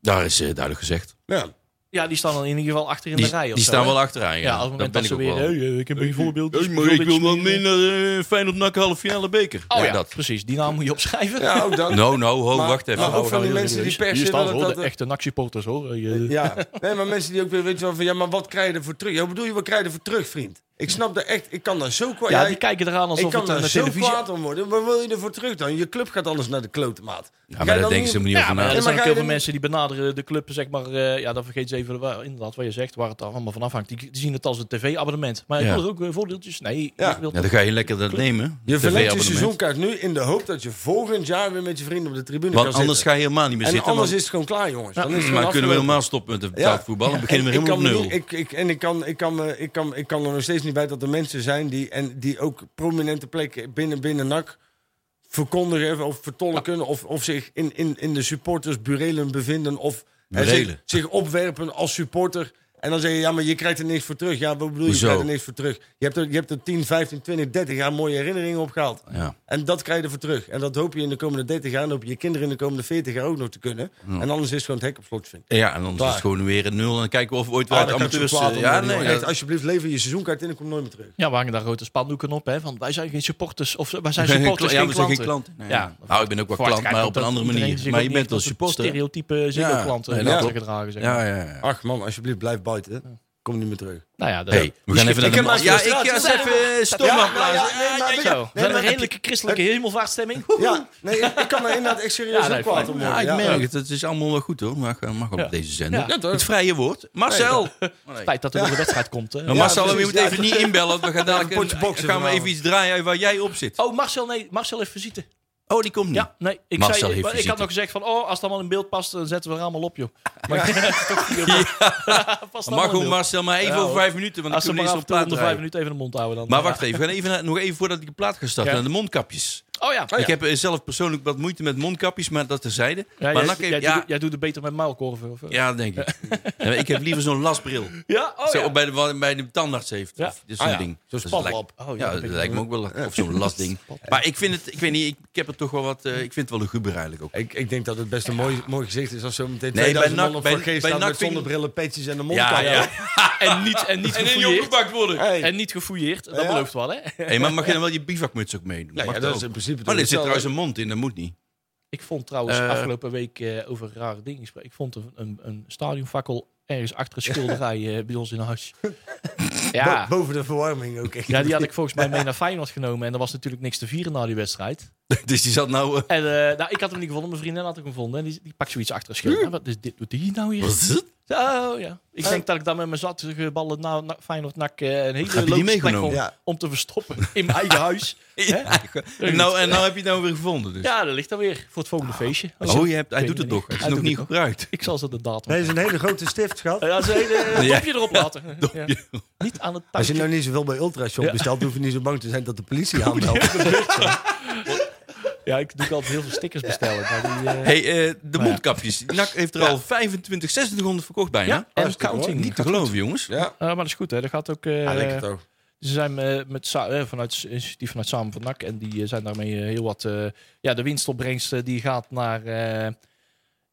Speaker 3: Daar is eh, duidelijk gezegd.
Speaker 4: Ja.
Speaker 5: Ja, die staan dan in ieder geval achter in
Speaker 3: Die,
Speaker 5: de rij. of
Speaker 3: die
Speaker 5: zo,
Speaker 3: staan
Speaker 5: hè?
Speaker 3: wel achteraan. Ja,
Speaker 5: Ja, als het
Speaker 3: dat
Speaker 5: moment dat
Speaker 3: ben ik
Speaker 5: ze
Speaker 3: ook
Speaker 5: weer...
Speaker 3: wel.
Speaker 5: hey, eh, ik heb een voorbeeld. dus
Speaker 3: maar ik wil wel
Speaker 5: bijvoorbeeld
Speaker 3: meer
Speaker 5: iets
Speaker 3: naar eh, Feyenoord NAC halve finale beker.
Speaker 5: meer- Oh ja,
Speaker 3: dat.
Speaker 5: precies. Die naam moet je opschrijven. Oh,
Speaker 4: ja, ook dan.
Speaker 3: No, no, ho,
Speaker 4: Maar-
Speaker 3: wacht even.
Speaker 4: maar ook
Speaker 3: Ho,
Speaker 4: van
Speaker 3: ho,
Speaker 4: die
Speaker 3: ho.
Speaker 4: mensen die per
Speaker 5: Hier
Speaker 4: se
Speaker 5: staan
Speaker 4: willen
Speaker 5: hoor,
Speaker 4: dat
Speaker 5: de
Speaker 4: het-
Speaker 5: echte NAC-supporters hoor. Eh, Je-
Speaker 4: Ja, nee, maar mensen die ook weer weten zo van, ja, maar wat krijg je ervoor terug? Ja, wat bedoel je, wat krijg je ervoor terug, vriend? Ik snap dat echt, ik kan daar zo kwaad...
Speaker 5: Ja,
Speaker 4: ja,
Speaker 5: die
Speaker 4: ik-
Speaker 5: kijken eraan
Speaker 4: ik
Speaker 5: alsof
Speaker 4: kan
Speaker 5: het
Speaker 4: daar
Speaker 5: een
Speaker 4: zo
Speaker 5: televisie...
Speaker 4: kwaad om worden. Wat wil je ervoor terug dan? Je club gaat anders naar de klote maat.
Speaker 3: Ja, maar daar denken ze helemaal niet over
Speaker 5: Ja, maar
Speaker 3: na.
Speaker 5: er
Speaker 4: maar
Speaker 5: zijn
Speaker 4: ga
Speaker 5: ook
Speaker 4: je
Speaker 5: heel veel
Speaker 4: dan-
Speaker 5: mensen die benaderen de club, zeg maar, eh, ja, dan vergeet ze even waar, inderdaad wat je zegt, waar het allemaal van afhangt. Die, die zien het als een tv-abonnement. Maar je
Speaker 3: Ja.
Speaker 5: wil er ook eh, voordeeltjes? Nee,
Speaker 4: Ja.
Speaker 5: ik wil
Speaker 3: Ja, dan ga je lekker dat nemen.
Speaker 4: Je verlengt je
Speaker 3: TV-abonnement.
Speaker 4: seizoenkaart nu in de hoop dat je volgend jaar weer met je vrienden op de tribune
Speaker 3: Want
Speaker 4: kan
Speaker 3: anders
Speaker 4: zitten.
Speaker 3: ga je helemaal niet meer
Speaker 4: en
Speaker 3: zitten.
Speaker 4: anders
Speaker 3: want-
Speaker 4: is het gewoon klaar, jongens. Dan is het
Speaker 3: maar
Speaker 4: gewoon
Speaker 3: kunnen we
Speaker 4: afgelopen.
Speaker 3: helemaal stoppen met het betaald
Speaker 4: Ja.
Speaker 3: voetbal. Dan beginnen we
Speaker 4: ik
Speaker 3: helemaal
Speaker 4: kan
Speaker 3: op
Speaker 4: me
Speaker 3: nul.
Speaker 4: niet- Ik, ik, en ik kan, ik, kan, me- ik, kan, ik kan er nog steeds niet bij dat er mensen zijn die, en die ook prominente plekken binnen, binnen NAC verkondigen of vertolken. Of, of zich in, in, in de supportersburelen bevinden. Of hè, zich,
Speaker 3: Burelen.
Speaker 4: zich opwerpen als supporter. En dan zeg je, ja, maar je krijgt er niks voor terug. Ja, wat bedoel je, je
Speaker 3: Hoezo?
Speaker 4: krijgt er niks voor terug? Je hebt er, je hebt er 10, 15, 20, 30 jaar mooie herinneringen opgehaald.
Speaker 3: Ja.
Speaker 4: En dat krijg je ervoor terug. En dat hoop je in de komende 30 jaar. En hoop je je kinderen in de komende 40 jaar ook nog te kunnen. En anders is het gewoon het hek op slot, vind ik.
Speaker 3: Ja, en anders
Speaker 4: Daar.
Speaker 3: is het gewoon weer een nul. En Oh, dan kijken we of we ooit
Speaker 4: Ah,
Speaker 3: weer uit
Speaker 4: daar kan ik zo
Speaker 3: amateurs...
Speaker 4: kwaad om
Speaker 3: eh, Ja,
Speaker 4: worden,
Speaker 3: nee.
Speaker 4: jongen.
Speaker 3: ja.
Speaker 4: Echt, alsjeblieft, lever je seizoenkaart in en kom nooit meer terug.
Speaker 5: Ja, we hangen daar grote spandoeken op, hè, van wij zijn geen supporters, of wij zijn supporters,
Speaker 3: Ja,
Speaker 5: geen
Speaker 3: we zijn geen
Speaker 5: klanten.
Speaker 3: klanten. Nee,
Speaker 5: Ja.
Speaker 3: nee. Nou, ik ben ook wel klant,
Speaker 5: Verwacht
Speaker 3: maar
Speaker 5: eigenlijk
Speaker 3: op een
Speaker 5: dat
Speaker 3: andere
Speaker 5: iedereen
Speaker 3: manier.
Speaker 5: zich
Speaker 3: Maar
Speaker 5: ook
Speaker 3: je
Speaker 5: niet
Speaker 3: bent wel
Speaker 5: als een
Speaker 3: supporter.
Speaker 5: Stereotype
Speaker 3: Ja,
Speaker 5: ziggelklanten
Speaker 3: dat
Speaker 5: ja,
Speaker 3: klopt.
Speaker 5: gedragen, zeg maar.
Speaker 3: Ja, ja, ja.
Speaker 4: Ach man, alsjeblieft, blijf buiten. hè. Kom niet meer terug.
Speaker 5: Nou ja, dat-
Speaker 3: Hey, we gaan even naar de...
Speaker 4: heb
Speaker 3: ma-
Speaker 4: maar
Speaker 3: Ja, ik
Speaker 4: frustratie.
Speaker 3: ga eens even storm blazen.
Speaker 5: Zo, we zijn
Speaker 4: maar-
Speaker 5: een redelijke christelijke hemelvaartstemming. Woehoe.
Speaker 4: Ja, nee, ik, ik kan er inderdaad echt serieus
Speaker 5: Ja,
Speaker 4: heel
Speaker 5: nee,
Speaker 4: kwaad
Speaker 5: fijn.
Speaker 4: om
Speaker 3: Ja,
Speaker 4: worden.
Speaker 3: ik
Speaker 4: Ja,
Speaker 3: merk het. Het is allemaal wel goed, hoor. Mag, eh, mag op
Speaker 5: Ja.
Speaker 3: deze zender.
Speaker 5: Ja,
Speaker 3: Het vrije woord. Marcel!
Speaker 5: Het feit dat er nog een wedstrijd komt. hè.
Speaker 3: Nou, Marcel,
Speaker 4: precies.
Speaker 3: we moeten
Speaker 4: Ja,
Speaker 3: even niet inbellen. want We gaan dadelijk
Speaker 4: een potje
Speaker 3: een-
Speaker 4: boksen
Speaker 3: gaan we even
Speaker 4: vanavond.
Speaker 3: iets draaien waar jij op zit.
Speaker 5: Oh, Marcel, nee, Marcel heeft visite.
Speaker 3: Oh, die komt niet.
Speaker 5: Ja, nee. Ik,
Speaker 3: Marcel
Speaker 5: zei,
Speaker 3: heeft
Speaker 5: ik, ik
Speaker 3: visite.
Speaker 5: had nog gezegd van, oh, als dat allemaal in beeld past, dan zetten we er allemaal op, joh. Maar Past allemaal in
Speaker 3: Marco,
Speaker 5: beeld.
Speaker 3: Marcel, maar even
Speaker 5: Ja,
Speaker 3: over
Speaker 5: hoor.
Speaker 3: vijf minuten. Want
Speaker 5: Als
Speaker 3: ik
Speaker 5: ze
Speaker 3: kom
Speaker 5: maar
Speaker 3: eerst
Speaker 5: af
Speaker 3: op
Speaker 5: en toe onder
Speaker 3: plaat
Speaker 5: vijf
Speaker 3: draaien.
Speaker 5: minuten even de mond houden dan.
Speaker 3: Maar
Speaker 5: ja.
Speaker 3: wacht even, we gaan even naar- nog even voordat ik de plaat ga starten.
Speaker 5: Ja.
Speaker 3: Naar de mondkapjes.
Speaker 5: Oh ja.
Speaker 3: Ik heb eh, zelf persoonlijk wat moeite met mondkapjes, maar dat terzijde.
Speaker 5: Ja,
Speaker 3: maar
Speaker 5: jij,
Speaker 3: NAC heeft-
Speaker 5: jij,
Speaker 3: ja,
Speaker 5: Doet, jij doet het beter met muilkorven. Of,
Speaker 3: ja, denk ik. Ja, ik heb liever zo'n lasbril.
Speaker 5: ja? Oh
Speaker 3: zo,
Speaker 5: ja.
Speaker 3: bij, de, wat bij de tandarts heeft.
Speaker 5: Ja.
Speaker 3: Of dit Zo'n
Speaker 5: Ah ja,
Speaker 3: ding.
Speaker 5: zo'n
Speaker 3: Dat
Speaker 5: spatlap.
Speaker 3: lijkt-
Speaker 5: Oh ja,
Speaker 3: ja,
Speaker 5: dat
Speaker 3: dat
Speaker 5: weet
Speaker 3: lijkt
Speaker 5: ik
Speaker 3: me ook wel. Of zo'n lastding. Maar ik vind het, ik weet niet, ik, ik heb het toch wel wat, eh, ik vind het wel een guber eigenlijk ook.
Speaker 4: Ik, ik denk dat het best een mooi, mooi gezicht is als zo meteen
Speaker 3: bij
Speaker 4: 2000
Speaker 3: NAC-
Speaker 4: man op
Speaker 3: bij-
Speaker 4: Vergees
Speaker 3: bij
Speaker 4: staan
Speaker 3: NAC
Speaker 4: met
Speaker 3: vind ik-
Speaker 4: zonnebrillen, petjes en een
Speaker 3: Ja,
Speaker 4: mondkapje.
Speaker 3: ja.
Speaker 5: En niet, en niet gefouilleerd.
Speaker 3: worden.
Speaker 4: Hey.
Speaker 5: En niet gefouilleerd. Dat
Speaker 4: Ja.
Speaker 5: belooft wel, hè?
Speaker 3: Hey, maar mag je dan wel je bivakmuts ook meedoen?
Speaker 4: Ja,
Speaker 3: Mag
Speaker 4: ja,
Speaker 3: dat
Speaker 4: dat is
Speaker 3: ook.
Speaker 4: in principe...
Speaker 3: Maar er zit
Speaker 4: toch
Speaker 3: trouwens een
Speaker 4: hetzelfde.
Speaker 3: mond in, dat moet niet.
Speaker 5: Ik vond trouwens
Speaker 3: Eh.
Speaker 5: afgelopen week eh, over rare dingen gesproken. Ik vond een, een, een stadionfakkel ergens achter een schilderij eh, bij ons in huis. ja.
Speaker 4: Bo- boven de verwarming ook. echt.
Speaker 5: ja, die had ik volgens mij mee naar Feyenoord genomen. En er was natuurlijk niks te vieren na die wedstrijd.
Speaker 3: Dus die zat nou... eh,
Speaker 5: En eh, nou, ik had hem niet gevonden. Mijn vriendin had hem gevonden. En die, die pakt zoiets achter een schilderij. Wat is dit, doet die nou hier?
Speaker 3: wat is het?
Speaker 5: Oh ja. Ik denk dat ik dan met mijn zattige ballen na, na Feyenoord nak eh, een
Speaker 3: je
Speaker 5: hele
Speaker 3: die
Speaker 5: logische plek
Speaker 3: meegenomen?
Speaker 5: om,
Speaker 4: Ja.
Speaker 5: om te verstoppen in mijn eigen huis.
Speaker 3: Ja. En nou, en nou heb je het nou weer gevonden dus.
Speaker 5: Ja, daar ligt er weer voor het volgende feestje.
Speaker 3: Oh, je hebt, hij
Speaker 5: Ik
Speaker 3: doet
Speaker 5: weet
Speaker 3: het nog.
Speaker 5: niet.
Speaker 3: Het is
Speaker 5: Hij
Speaker 3: nog
Speaker 5: doet
Speaker 3: niet
Speaker 5: het
Speaker 3: gebruikt.
Speaker 5: Ik zal ze de datum. Eh,
Speaker 4: Nee, dat is een hele grote stift,
Speaker 3: Eh,
Speaker 4: schat.
Speaker 5: Ja, ze een
Speaker 3: Ja.
Speaker 5: dopje erop laten. Ja. Niet aan het
Speaker 4: Als
Speaker 5: touwtje.
Speaker 4: je nou niet zoveel bij Ultrashop
Speaker 5: Ja.
Speaker 4: bestelt, hoef je niet zo bang te zijn dat de politie aanbelt.
Speaker 3: nou-
Speaker 5: Ja, ik doe altijd heel veel stickers bestellen. maar die, eh,
Speaker 3: Hey, eh, de
Speaker 5: ja.
Speaker 3: mondkapjes. NAC heeft er al 25, 2600 verkocht bijna.
Speaker 5: ja, en counting.
Speaker 3: Niet te geloven, jongens.
Speaker 5: Eh, maar dat is goed, hè. Dat gaat ook... eh,
Speaker 4: toch.
Speaker 5: ze zijn eh, met, Sa- eh, vanuit het initiatief vanuit Samen van NAC. En die eh, zijn daarmee eh, heel wat... eh, ja, de winstopbrengst eh, die gaat naar... eh,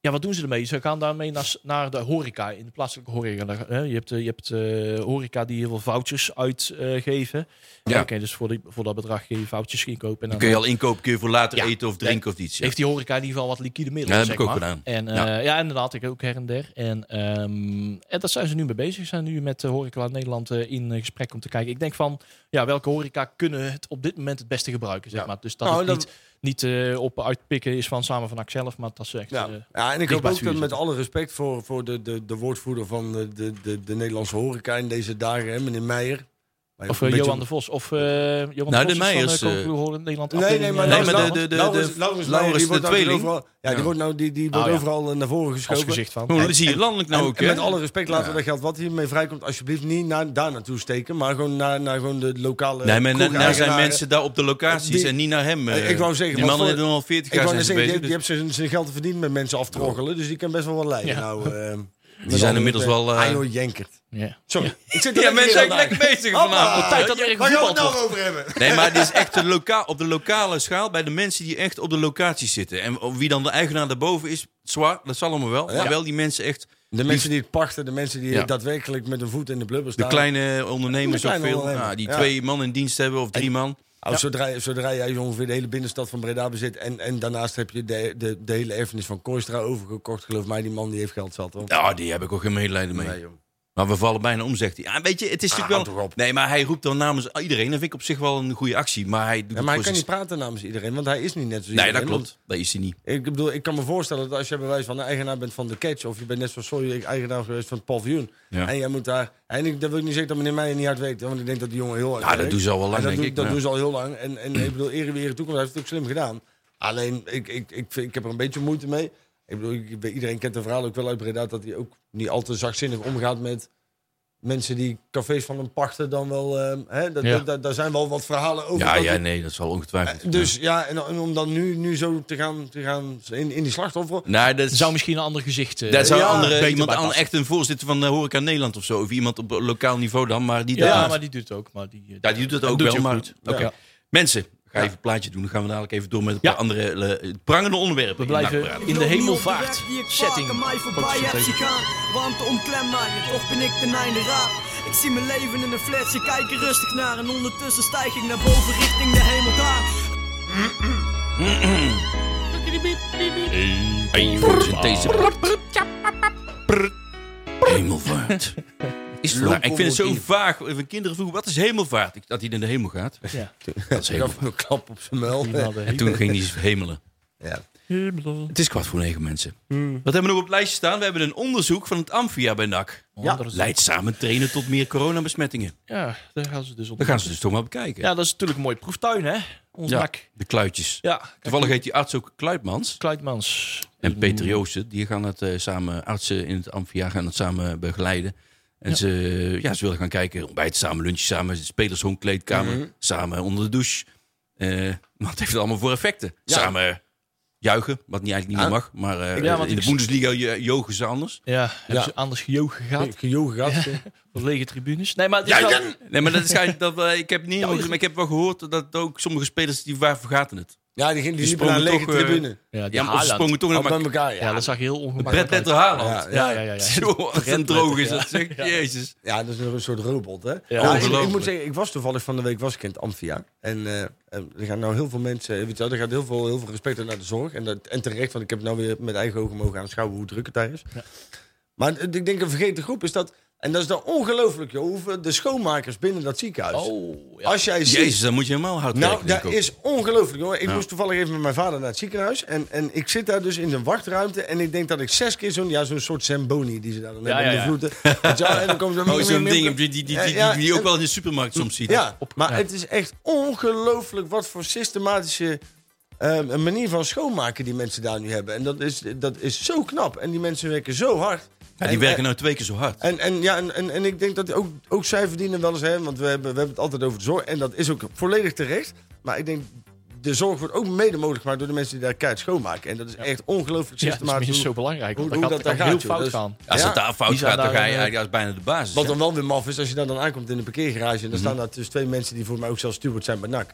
Speaker 5: ja, wat doen ze ermee? Ze gaan daarmee naar, s- naar de horeca, in de plaatselijke horeca. Daar, eh, je hebt, eh, je hebt eh, horeca die heel veel vouchers uitgeven.
Speaker 3: Ja.
Speaker 5: ja. Oké, dus voor, die, voor dat bedrag kun je vouchers inkopen. En dan
Speaker 3: Dan kun je al inkopen, kun je voor later
Speaker 5: Ja.
Speaker 3: eten of drinken of iets. ja.
Speaker 5: Heeft die horeca in ieder geval wat liquide middelen.
Speaker 3: Ja, dat
Speaker 5: zeg
Speaker 3: heb ik ook
Speaker 5: maar. En,
Speaker 3: gedaan.
Speaker 5: eh, ja. inderdaad, ik ook her en der. En, ehm, en dat zijn ze nu mee bezig. Ze zijn nu met de Horeca uit Nederland eh, in eh, gesprek om te kijken. Ik denk van, ja, welke horeca kunnen het op dit moment het beste gebruiken, zeg
Speaker 4: Ja.
Speaker 5: maar. Dus dat
Speaker 4: Nou,
Speaker 5: het
Speaker 4: dan-
Speaker 5: niet, niet eh, op uitpikken is van Samen van Ak zelf, maar dat is echt...
Speaker 4: Ja.
Speaker 5: eh,
Speaker 4: ja, en
Speaker 5: dicht
Speaker 4: ik
Speaker 5: bij
Speaker 4: hoop
Speaker 5: het
Speaker 4: ook
Speaker 5: vuur
Speaker 4: dat met
Speaker 5: zitten.
Speaker 4: alle respect voor, voor de, de, de woordvoerder van de, de, de, de Nederlandse horeca in deze dagen, hè, meneer Meijer. Maar
Speaker 5: of
Speaker 4: een
Speaker 5: eh,
Speaker 4: beetje-
Speaker 5: Johan de Vos. Of eh, Johan
Speaker 3: Nou, de
Speaker 5: de Vos is
Speaker 3: Meijers,
Speaker 5: van eh,
Speaker 3: eh,
Speaker 5: Koninklijke Horeca Nederland.
Speaker 4: Nee, nee, maar,
Speaker 5: afdeling,
Speaker 3: Nee,
Speaker 5: eh,
Speaker 3: maar de-
Speaker 5: Brabant.
Speaker 3: de- de-
Speaker 4: Laurens,
Speaker 3: de-
Speaker 4: Laurens
Speaker 3: Laurens
Speaker 4: Meijer,
Speaker 3: de
Speaker 4: die wordt nou
Speaker 3: tweeling.
Speaker 4: Overal, ja, die
Speaker 3: Ja.
Speaker 4: wordt nou die, die wordt
Speaker 5: ja.
Speaker 4: overal eh, naar voren
Speaker 5: Als
Speaker 4: geschoven.
Speaker 5: gezicht van.
Speaker 3: Hoe zie je landelijk nou
Speaker 4: en,
Speaker 3: ook,
Speaker 4: en
Speaker 3: hè?
Speaker 4: met alle respect, laten we dat geld wat hiermee vrijkomt alsjeblieft niet naar, daar naartoe steken. Maar gewoon naar, naar gewoon de lokale
Speaker 3: Nee, maar na- nou zijn
Speaker 4: kroegeigenaren.
Speaker 3: mensen daar op de locaties
Speaker 4: Die-
Speaker 3: en niet naar hem. eh.
Speaker 4: Ik wou zeggen,
Speaker 3: die mannen
Speaker 4: want voor-
Speaker 3: hebben al 40
Speaker 4: Ik
Speaker 3: jaar
Speaker 4: wou
Speaker 3: zijn
Speaker 4: net
Speaker 3: ze
Speaker 4: zeggen,
Speaker 3: bezig.
Speaker 4: die, die
Speaker 3: dus
Speaker 4: heeft zijn, zijn geld verdiend met mensen aftroggelen. Dus die kan best wel wat lijden.
Speaker 5: Ja.
Speaker 4: Nou, eh,
Speaker 3: Die zijn inmiddels wel... eh,
Speaker 4: Ah joh, jenkert.
Speaker 5: Ja.
Speaker 4: Sorry. Ik zit er
Speaker 3: Ja,
Speaker 4: lekker
Speaker 3: mensen
Speaker 4: in
Speaker 3: zijn
Speaker 4: aan
Speaker 3: lekker
Speaker 4: het
Speaker 3: bezig
Speaker 4: Hoppa.
Speaker 3: vanavond.
Speaker 5: Tijd dat er weer
Speaker 4: eind. Waar gaan we het
Speaker 5: gevoetbald
Speaker 4: nou
Speaker 5: wordt.
Speaker 4: over hebben?
Speaker 3: Nee, maar dit is echt de lokaal, op de lokale schaal bij de mensen die echt op de locatie zitten. En wie dan de eigenaar daarboven is, zwaar, dat zal allemaal wel. Maar wel die mensen echt,
Speaker 4: De mensen die het pachten, de mensen die
Speaker 3: Ja.
Speaker 4: daadwerkelijk met hun voet in de blubber
Speaker 3: de
Speaker 4: staan.
Speaker 3: kleine ondernemers
Speaker 4: De kleine
Speaker 3: ook veel.
Speaker 4: ondernemer,
Speaker 3: Ja, die
Speaker 4: ja.
Speaker 3: twee man in dienst hebben of drie man.
Speaker 4: Oh, zodra, zodra jij zo ongeveer de hele binnenstad van Breda bezit. En, en daarnaast heb je de, de, de hele erfenis van Koistra overgekocht. Geloof mij, die man die heeft geld zat. Hoor.
Speaker 3: Ja, die heb ik ook geen medelijden mee.
Speaker 4: Nee, joh.
Speaker 3: Maar we vallen bijna om, zegt hij. Ah, weet je, het is
Speaker 4: Ah,
Speaker 3: natuurlijk
Speaker 4: hou
Speaker 3: wel...
Speaker 4: toch op.
Speaker 3: Nee, maar hij roept dan namens iedereen. Dat vind ik op zich wel een goede actie. Maar hij doet
Speaker 4: Ja, maar hij
Speaker 3: het
Speaker 4: kan
Speaker 3: voor
Speaker 4: niet
Speaker 3: zich-
Speaker 4: praten namens iedereen, want hij is niet net zoals
Speaker 3: Nee, dat
Speaker 4: iedereen,
Speaker 3: klopt. Dat is hij niet.
Speaker 4: want Ik bedoel, ik kan me voorstellen dat als je bij wijze van de eigenaar bent van de catch... of je bent net zoals sorry, ik eigenaar geweest van het paviljoen.
Speaker 3: Ja.
Speaker 4: En jij moet daar... En ik, dat wil ik niet zeggen dat meneer Meijer niet hard weet. hè, Want ik denk dat die jongen heel Eh, hard
Speaker 3: Ja, dat
Speaker 4: werkt.
Speaker 3: doen ze al wel lang,
Speaker 4: En dat
Speaker 3: denk
Speaker 4: doe-
Speaker 3: ik,
Speaker 4: Dat
Speaker 3: maar-
Speaker 4: doen ze al heel lang. En, en ik bedoel, ere weer ere toekomst. Hij heeft het ook slim gedaan. Alleen, ik, ik, ik, vind- ik heb er een beetje moeite mee. Ik bedoel, ik- iedereen kent de verhaal ook wel uit Breda... dat hij ook niet al te zachtzinnig omgaat met... Mensen die cafés van hem pachten dan wel... eh, hè, dat,
Speaker 5: Ja.
Speaker 4: dat- dat- daar zijn wel wat verhalen over.
Speaker 3: Ja,
Speaker 4: dat
Speaker 3: ja,
Speaker 4: hij-
Speaker 3: nee, dat zal ongetwijfeld.
Speaker 4: dus ja, en, en om dan nu, nu zo te gaan, te gaan in, in die slachtoffer.
Speaker 3: Nee, Nou, dat
Speaker 5: Zou misschien een ander gezicht... eh,
Speaker 3: Daar zou
Speaker 4: Ja,
Speaker 3: andere,
Speaker 5: beter
Speaker 3: iemand
Speaker 5: bij
Speaker 3: aan,
Speaker 5: passen.
Speaker 3: echt een voorzitter van de Horeca Nederland of zo. Of iemand op lokaal niveau dan, maar die,
Speaker 5: Ja,
Speaker 3: daar-
Speaker 5: maar die doet het ook. Maar die, eh,
Speaker 3: Ja, die doet dat ook
Speaker 5: doet
Speaker 3: wel.
Speaker 5: je ook
Speaker 3: maar,
Speaker 5: goed.
Speaker 3: Oké.
Speaker 4: Ja.
Speaker 3: Mensen, ga even een plaatje doen. Dan gaan we dadelijk even door met een
Speaker 5: Ja.
Speaker 3: paar andere eh, prangende onderwerpen. Nou,
Speaker 5: We
Speaker 3: in
Speaker 5: blijven
Speaker 3: Nakpraat.
Speaker 5: in de hemelvaart.
Speaker 7: Op de weg Nou, die ik
Speaker 5: Setting.
Speaker 7: vaak aan mij voorbij
Speaker 5: Foto's
Speaker 7: heb
Speaker 5: van
Speaker 7: zien gaan. Want omklem mij, en toch ben ik de mijne raad. Ik zie mijn leven in een flats, ik kijk er rustig naar. En ondertussen stijg ik naar boven richting de hemel daar.
Speaker 3: Photosynthese. Prr. Hemelvaart. Is het waar? Ik vind het zo
Speaker 4: Locomotief.
Speaker 3: vaag. Mijn kinderen vroegen, wat is hemelvaart? Ik- Dat hij naar de hemel gaat.
Speaker 5: Ja.
Speaker 3: Dat is hemelvaart.
Speaker 4: Ik gaf hem een klap op zijn muil.
Speaker 5: Die hadden
Speaker 3: En toen ging hij hemelen.
Speaker 4: Ja.
Speaker 3: Het is kwart voor negen mensen.
Speaker 5: Hmm.
Speaker 3: Wat hebben we nog op het lijstje staan? We hebben een onderzoek van het Amphia bij NAC.
Speaker 5: Ja. Andere-
Speaker 3: Leidt samen trainen tot meer coronabesmettingen.
Speaker 5: Ja, daar gaan ze dus op.
Speaker 3: Dat gaan ze dus toch maar bekijken.
Speaker 5: Ja, dat is natuurlijk een mooie proeftuin, hè? Ons
Speaker 3: Ja,
Speaker 5: dak.
Speaker 3: de kluitjes.
Speaker 5: Ja,
Speaker 3: Toevallig heet die arts ook Kluitmans.
Speaker 5: Kluitmans.
Speaker 3: En Peter Joosten, die gaan het eh, samen, artsen in het Amphia gaan het samen begeleiden. En Ze,
Speaker 5: Mhm.
Speaker 3: ja, ze willen gaan kijken, ontbijt samen, lunch samen, spelers home, kleedkamer, samen onder de douche. Eh, wat heeft het allemaal voor effecten? Samen eh, juichen, wat niet, eigenlijk niet meer mag. Maar eh,
Speaker 5: Ja, want
Speaker 3: in de
Speaker 5: ik-
Speaker 3: Bundesliga ju- juichen ze anders.
Speaker 5: Ja, hebben ze anders gejogen gehad?
Speaker 4: Gejogen gehad.
Speaker 5: Of lege tribunes? Nee, maar het is wel-
Speaker 3: Nee, maar dat is, schijnt dat, eh, ik, heb niet, helemaal gezien, maar ik heb wel gehoord dat ook sommige spelers die waar vergaten het.
Speaker 4: Ja, die, ging- die
Speaker 3: Die
Speaker 4: liepen naar een lege
Speaker 3: sprongen toch, eh,
Speaker 4: tribune.
Speaker 5: Ja, die
Speaker 3: Ja, maar of
Speaker 5: Haaland.
Speaker 3: ze sprongen toch nog
Speaker 4: Op bij
Speaker 3: maar
Speaker 4: elkaar, ja.
Speaker 5: Ja, dat zag je heel ongemakkelijk uit.
Speaker 3: Bredletter Haaland.
Speaker 4: Ja,
Speaker 5: Ja, ja, ja. ja.
Speaker 3: Zo, wat een droog is dat, zeg. Jezus.
Speaker 4: Ja, dat is een soort robot, hè? Ja, ik,
Speaker 3: Ongelooflijk.
Speaker 4: ik moet zeggen, ik was toevallig van de week was ik in het Amphia. En eh, eh, er gaan nou heel veel mensen, weet je wel, er gaat heel veel, heel veel respect uit naar de zorg. En, dat, en terecht, want ik heb nou weer met eigen ogen mogen aanschouwen hoe druk het daar is. Maar het- ik denk een vergeten groep is dat, en dat is dan ongelooflijk, joh, hoeveel de schoonmakers binnen dat ziekenhuis.
Speaker 5: Oh, ja.
Speaker 4: Als jij ziet,
Speaker 3: Jezus, dan moet je helemaal hard
Speaker 4: nou,
Speaker 3: werken,
Speaker 4: dat
Speaker 3: denk ik ook.
Speaker 4: is ongelooflijk, hoor. Ik moest toevallig even met mijn vader naar het ziekenhuis. En, en ik zit daar dus in de wachtruimte. En ik denk dat ik zes keer zo'n ja, zo'n soort Zamboni die ze daar dan
Speaker 5: Ja,
Speaker 4: hebben
Speaker 5: ja,
Speaker 4: in de voeten. Weet je wel, en dan komen ze
Speaker 3: Oh, zo'n ding die, die, die, die,
Speaker 4: Ja,
Speaker 3: die,
Speaker 4: ja,
Speaker 3: die je ook
Speaker 4: en-
Speaker 3: wel in de supermarkt soms ziet.
Speaker 4: Ja, maar
Speaker 5: ja.
Speaker 4: het is echt ongelooflijk wat voor systematische eh, een manier van schoonmaken die mensen daar nu hebben. En dat is, dat is zo knap. En die mensen werken zo hard.
Speaker 3: Ja, die
Speaker 4: En-
Speaker 3: werken nou twee keer zo hard.
Speaker 4: en, en, ja, en, en, en ik denk dat ook, ook zij verdienen wel eens, hè, want we hebben, we hebben het altijd over de zorg. En dat is ook volledig terecht. Maar ik denk, de zorg wordt ook mede mogelijk gemaakt door de mensen die daar keihard schoonmaken. En dat is echt ongelooflijk
Speaker 5: Ja, dat is
Speaker 4: systematisch.
Speaker 5: misschien
Speaker 4: hoe-
Speaker 5: zo belangrijk.
Speaker 4: hoe-
Speaker 5: Want dat
Speaker 4: hoe
Speaker 5: gaat, dat
Speaker 4: dat daar
Speaker 5: kan heel
Speaker 4: gaat, joh.
Speaker 5: fout
Speaker 4: Dus-
Speaker 5: gaan.
Speaker 3: Als
Speaker 4: ja,
Speaker 3: het daar fout
Speaker 5: die zijn
Speaker 3: gaat, dan
Speaker 5: daar,
Speaker 3: ga je
Speaker 5: eh,
Speaker 3: eigenlijk als bijna de basis.
Speaker 4: wat
Speaker 3: hè?
Speaker 4: dan wel weer maf is, als je daar dan aankomt in de parkeergarage... en dan staan daar dus twee mensen die voor mij ook zelfs steward zijn bij NAC.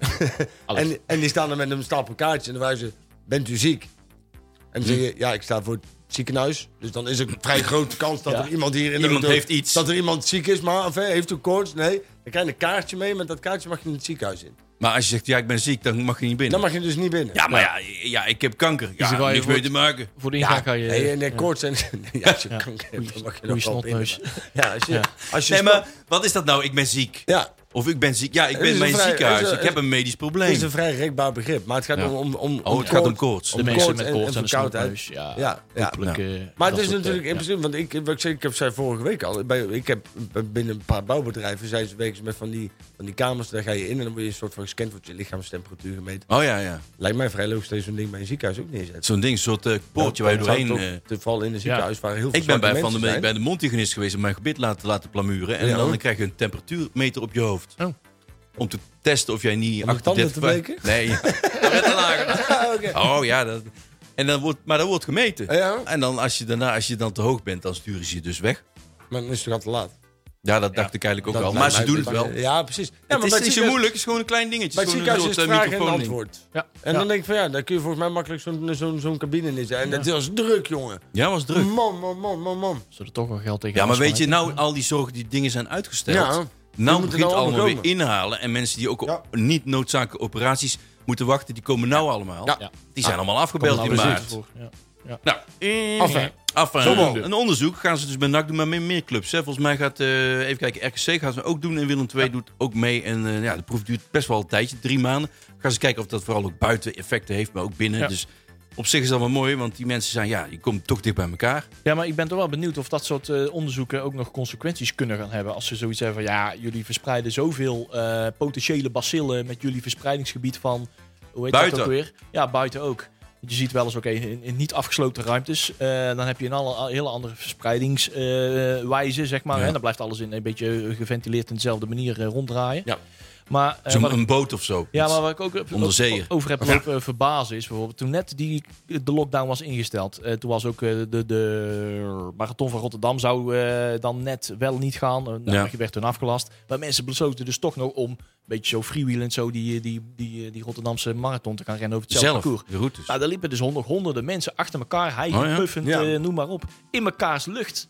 Speaker 5: Alles.
Speaker 4: en, en die staan dan met een stapel kaartjes en dan wijzen ze... Bent u ziek? En dan zeg je, ja, ik sta voor het ziekenhuis. Dus dan is er een vrij grote kans dat
Speaker 5: Ja.
Speaker 4: er iemand hier in de
Speaker 3: Iemand
Speaker 4: auto-
Speaker 3: heeft iets.
Speaker 4: Dat er iemand ziek is, maar of, hè, heeft u koorts? Nee. Dan krijg je een kaartje mee, met dat kaartje mag je in het ziekenhuis in.
Speaker 3: Maar als je zegt, ja, ik ben ziek, dan mag je niet binnen.
Speaker 4: Dan mag je dus niet binnen.
Speaker 3: Ja, maar ja, ja, ik heb kanker.
Speaker 5: er
Speaker 3: Ja,
Speaker 5: wel
Speaker 3: niks
Speaker 5: even
Speaker 3: mee te maken.
Speaker 5: Voor de ingang ga je...
Speaker 4: Nee, en
Speaker 5: ja.
Speaker 4: de koorts en... Ja, als je kanker hebt, dan mag je nog
Speaker 5: Goeie
Speaker 4: wel binnen.
Speaker 5: snotneus.
Speaker 4: maar- Ja, als je... Als je
Speaker 3: Nee,
Speaker 4: snot-
Speaker 3: maar wat is dat nou? Ik ben ziek.
Speaker 4: Ja,
Speaker 3: Of ik ben ziek. Ja, ik
Speaker 4: is
Speaker 3: ben
Speaker 4: een
Speaker 3: bij een
Speaker 4: vrij-
Speaker 3: ziekenhuis.
Speaker 4: is een-
Speaker 3: Ik heb een medisch
Speaker 4: het is
Speaker 3: probleem.
Speaker 4: een vrij rekbaar begrip. Maar het gaat
Speaker 3: Ja.
Speaker 4: om, om, om,
Speaker 3: Oh, het gaat om koorts.
Speaker 5: De
Speaker 4: om
Speaker 5: mensen
Speaker 4: koorts
Speaker 5: met
Speaker 4: en-
Speaker 5: koorts
Speaker 4: en
Speaker 5: en, een
Speaker 4: verkoudheid.
Speaker 5: snoepneus. Ja,
Speaker 4: Ja, ja.
Speaker 5: hopelijk,
Speaker 3: Ja.
Speaker 5: eh,
Speaker 4: Maar het
Speaker 5: dat
Speaker 4: is
Speaker 5: soort, eh,
Speaker 4: natuurlijk in
Speaker 5: ja.
Speaker 4: principe, want ik, wat ik, zei, ik heb zei vorige week al, bij, ik heb binnen een paar bouwbedrijven zijn ze werken ze met van die, van die kamers, daar ga je in en dan word je een soort van gescand, wordt je lichaamstemperatuur gemeten.
Speaker 3: Oh ja, ja.
Speaker 4: Lijkt mij vrij logisch dat je zo'n ding bij een ziekenhuis ook neerzet.
Speaker 3: Zo'n ding, een soort eh, poortje waar je
Speaker 4: Dat zou
Speaker 3: doorheen...
Speaker 4: toch-
Speaker 3: eh,
Speaker 4: te- Vooral in een ziekenhuis waar heel veel
Speaker 3: ik ben
Speaker 4: zwarte
Speaker 3: bij, van de,
Speaker 4: mensen
Speaker 3: ik
Speaker 4: zijn.
Speaker 3: ben de mondhygiënist geweest om mijn gebit laten, laten plamuren. En
Speaker 4: Ja,
Speaker 3: dan
Speaker 4: hoor.
Speaker 3: krijg je een temperatuurmeter op je hoofd.
Speaker 5: Oh.
Speaker 3: Om te testen of jij niet...
Speaker 4: Om je tanden
Speaker 3: 38
Speaker 4: te bleken?
Speaker 3: Nee. Maar net te
Speaker 4: Ah,
Speaker 3: lager. Oh ja, dat... En dan wordt, maar dat wordt gemeten.
Speaker 4: Ja.
Speaker 3: En dan als je daarna, als je dan te hoog bent, dan sturen ze je dus weg.
Speaker 4: Maar dan is het toch al te laat.
Speaker 3: Ja, dat dacht ik eigenlijk ook
Speaker 4: Dat
Speaker 3: al. Maar
Speaker 4: lijkt
Speaker 3: ze
Speaker 4: mij- dus
Speaker 3: doen het wel.
Speaker 4: Ja, precies. Ja, maar
Speaker 3: het is niet
Speaker 4: bij
Speaker 3: zo
Speaker 4: ziekenhuis-
Speaker 3: moeilijk, het is gewoon een klein dingetje.
Speaker 4: Bij het
Speaker 3: Gewoon
Speaker 4: ziekenhuis
Speaker 3: een
Speaker 4: is het
Speaker 3: soort, eh,
Speaker 4: vraag en
Speaker 3: microfoon ding.
Speaker 4: antwoord.
Speaker 5: Ja.
Speaker 4: En
Speaker 5: Ja.
Speaker 4: dan denk ik van ja, daar kun je volgens mij makkelijk zo'n zo'n zo'n cabine in zijn. En dat is druk, jongen.
Speaker 3: Ja, was druk.
Speaker 4: Man, man, man, man, man.
Speaker 5: Zullen er toch wel geld tegen
Speaker 3: Ja, maar
Speaker 5: gaan
Speaker 3: weet je,
Speaker 5: smijten.
Speaker 3: nou al die zorgen, die dingen zijn uitgesteld.
Speaker 4: Ja, die
Speaker 3: nou
Speaker 4: moeten
Speaker 3: begint
Speaker 4: nou
Speaker 3: allemaal weer
Speaker 4: allemaal
Speaker 3: inhalen. En mensen die ook op
Speaker 4: Ja.
Speaker 3: niet noodzakelijke operaties moeten wachten, die komen nou allemaal.
Speaker 4: Ja.
Speaker 5: Ja.
Speaker 3: Die zijn allemaal afgebeld
Speaker 5: Nou,
Speaker 3: in
Speaker 5: precies.
Speaker 3: maart.
Speaker 5: Ja.
Speaker 3: Nou,
Speaker 4: Enfin.
Speaker 3: af eh,
Speaker 4: Zomaar.
Speaker 3: een onderzoek gaan ze dus bij NAC doen, maar met meer clubs. Hè. Volgens mij gaat, eh, even kijken, RKC gaan ze ook doen en Willem II doet ook mee. En eh, ja, de proef duurt best wel een tijdje, drie maanden. Gaan ze kijken of dat vooral ook buiten effecten heeft, maar ook binnen.
Speaker 5: Ja.
Speaker 3: Dus op zich is dat wel mooi, want die mensen zijn, ja, je komt toch dicht bij elkaar.
Speaker 5: Ja, maar ik ben toch wel benieuwd of dat soort eh, onderzoeken ook nog consequenties kunnen gaan hebben. Als ze zoiets hebben van, ja, jullie verspreiden zoveel eh, potentiële bacillen met jullie verspreidingsgebied van... Hoe heet
Speaker 3: Buiten.
Speaker 5: dat ook weer? Ja, buiten ook. Want Je ziet wel eens, oké, in, in niet afgesloten ruimtes, eh, dan heb je een alle- een hele andere verspreidingswijze, zeg maar.
Speaker 3: Ja.
Speaker 5: Hè? Dan blijft alles in een beetje eh, geventileerd in dezelfde manier eh, ronddraaien.
Speaker 3: Ja.
Speaker 5: Maar, eh,
Speaker 3: Zo'n
Speaker 5: wat ik-
Speaker 3: een boot of zo.
Speaker 5: ja, maar waar ik ook op-
Speaker 3: Onderzeeër.
Speaker 5: op- over heb lopen eh, verbazen is bijvoorbeeld toen net die, de lockdown was ingesteld. eh, toen was ook eh, de, de marathon van Rotterdam zou eh, dan net wel niet gaan. Eh, nou,
Speaker 3: Ja.
Speaker 5: Je werd toen afgelast. Maar mensen besloten dus toch nog om een beetje zo freewheelend zo die, eh, die, die, die Rotterdamse marathon te gaan rennen over hetzelfde
Speaker 3: Zelf,
Speaker 5: parcours.
Speaker 3: de routes.
Speaker 5: Nou, daar liepen dus honderd, honderden mensen achter elkaar, hijgend,
Speaker 3: Oh ja?
Speaker 5: puffend,
Speaker 4: Ja.
Speaker 5: eh, noem maar op, in mekaars lucht.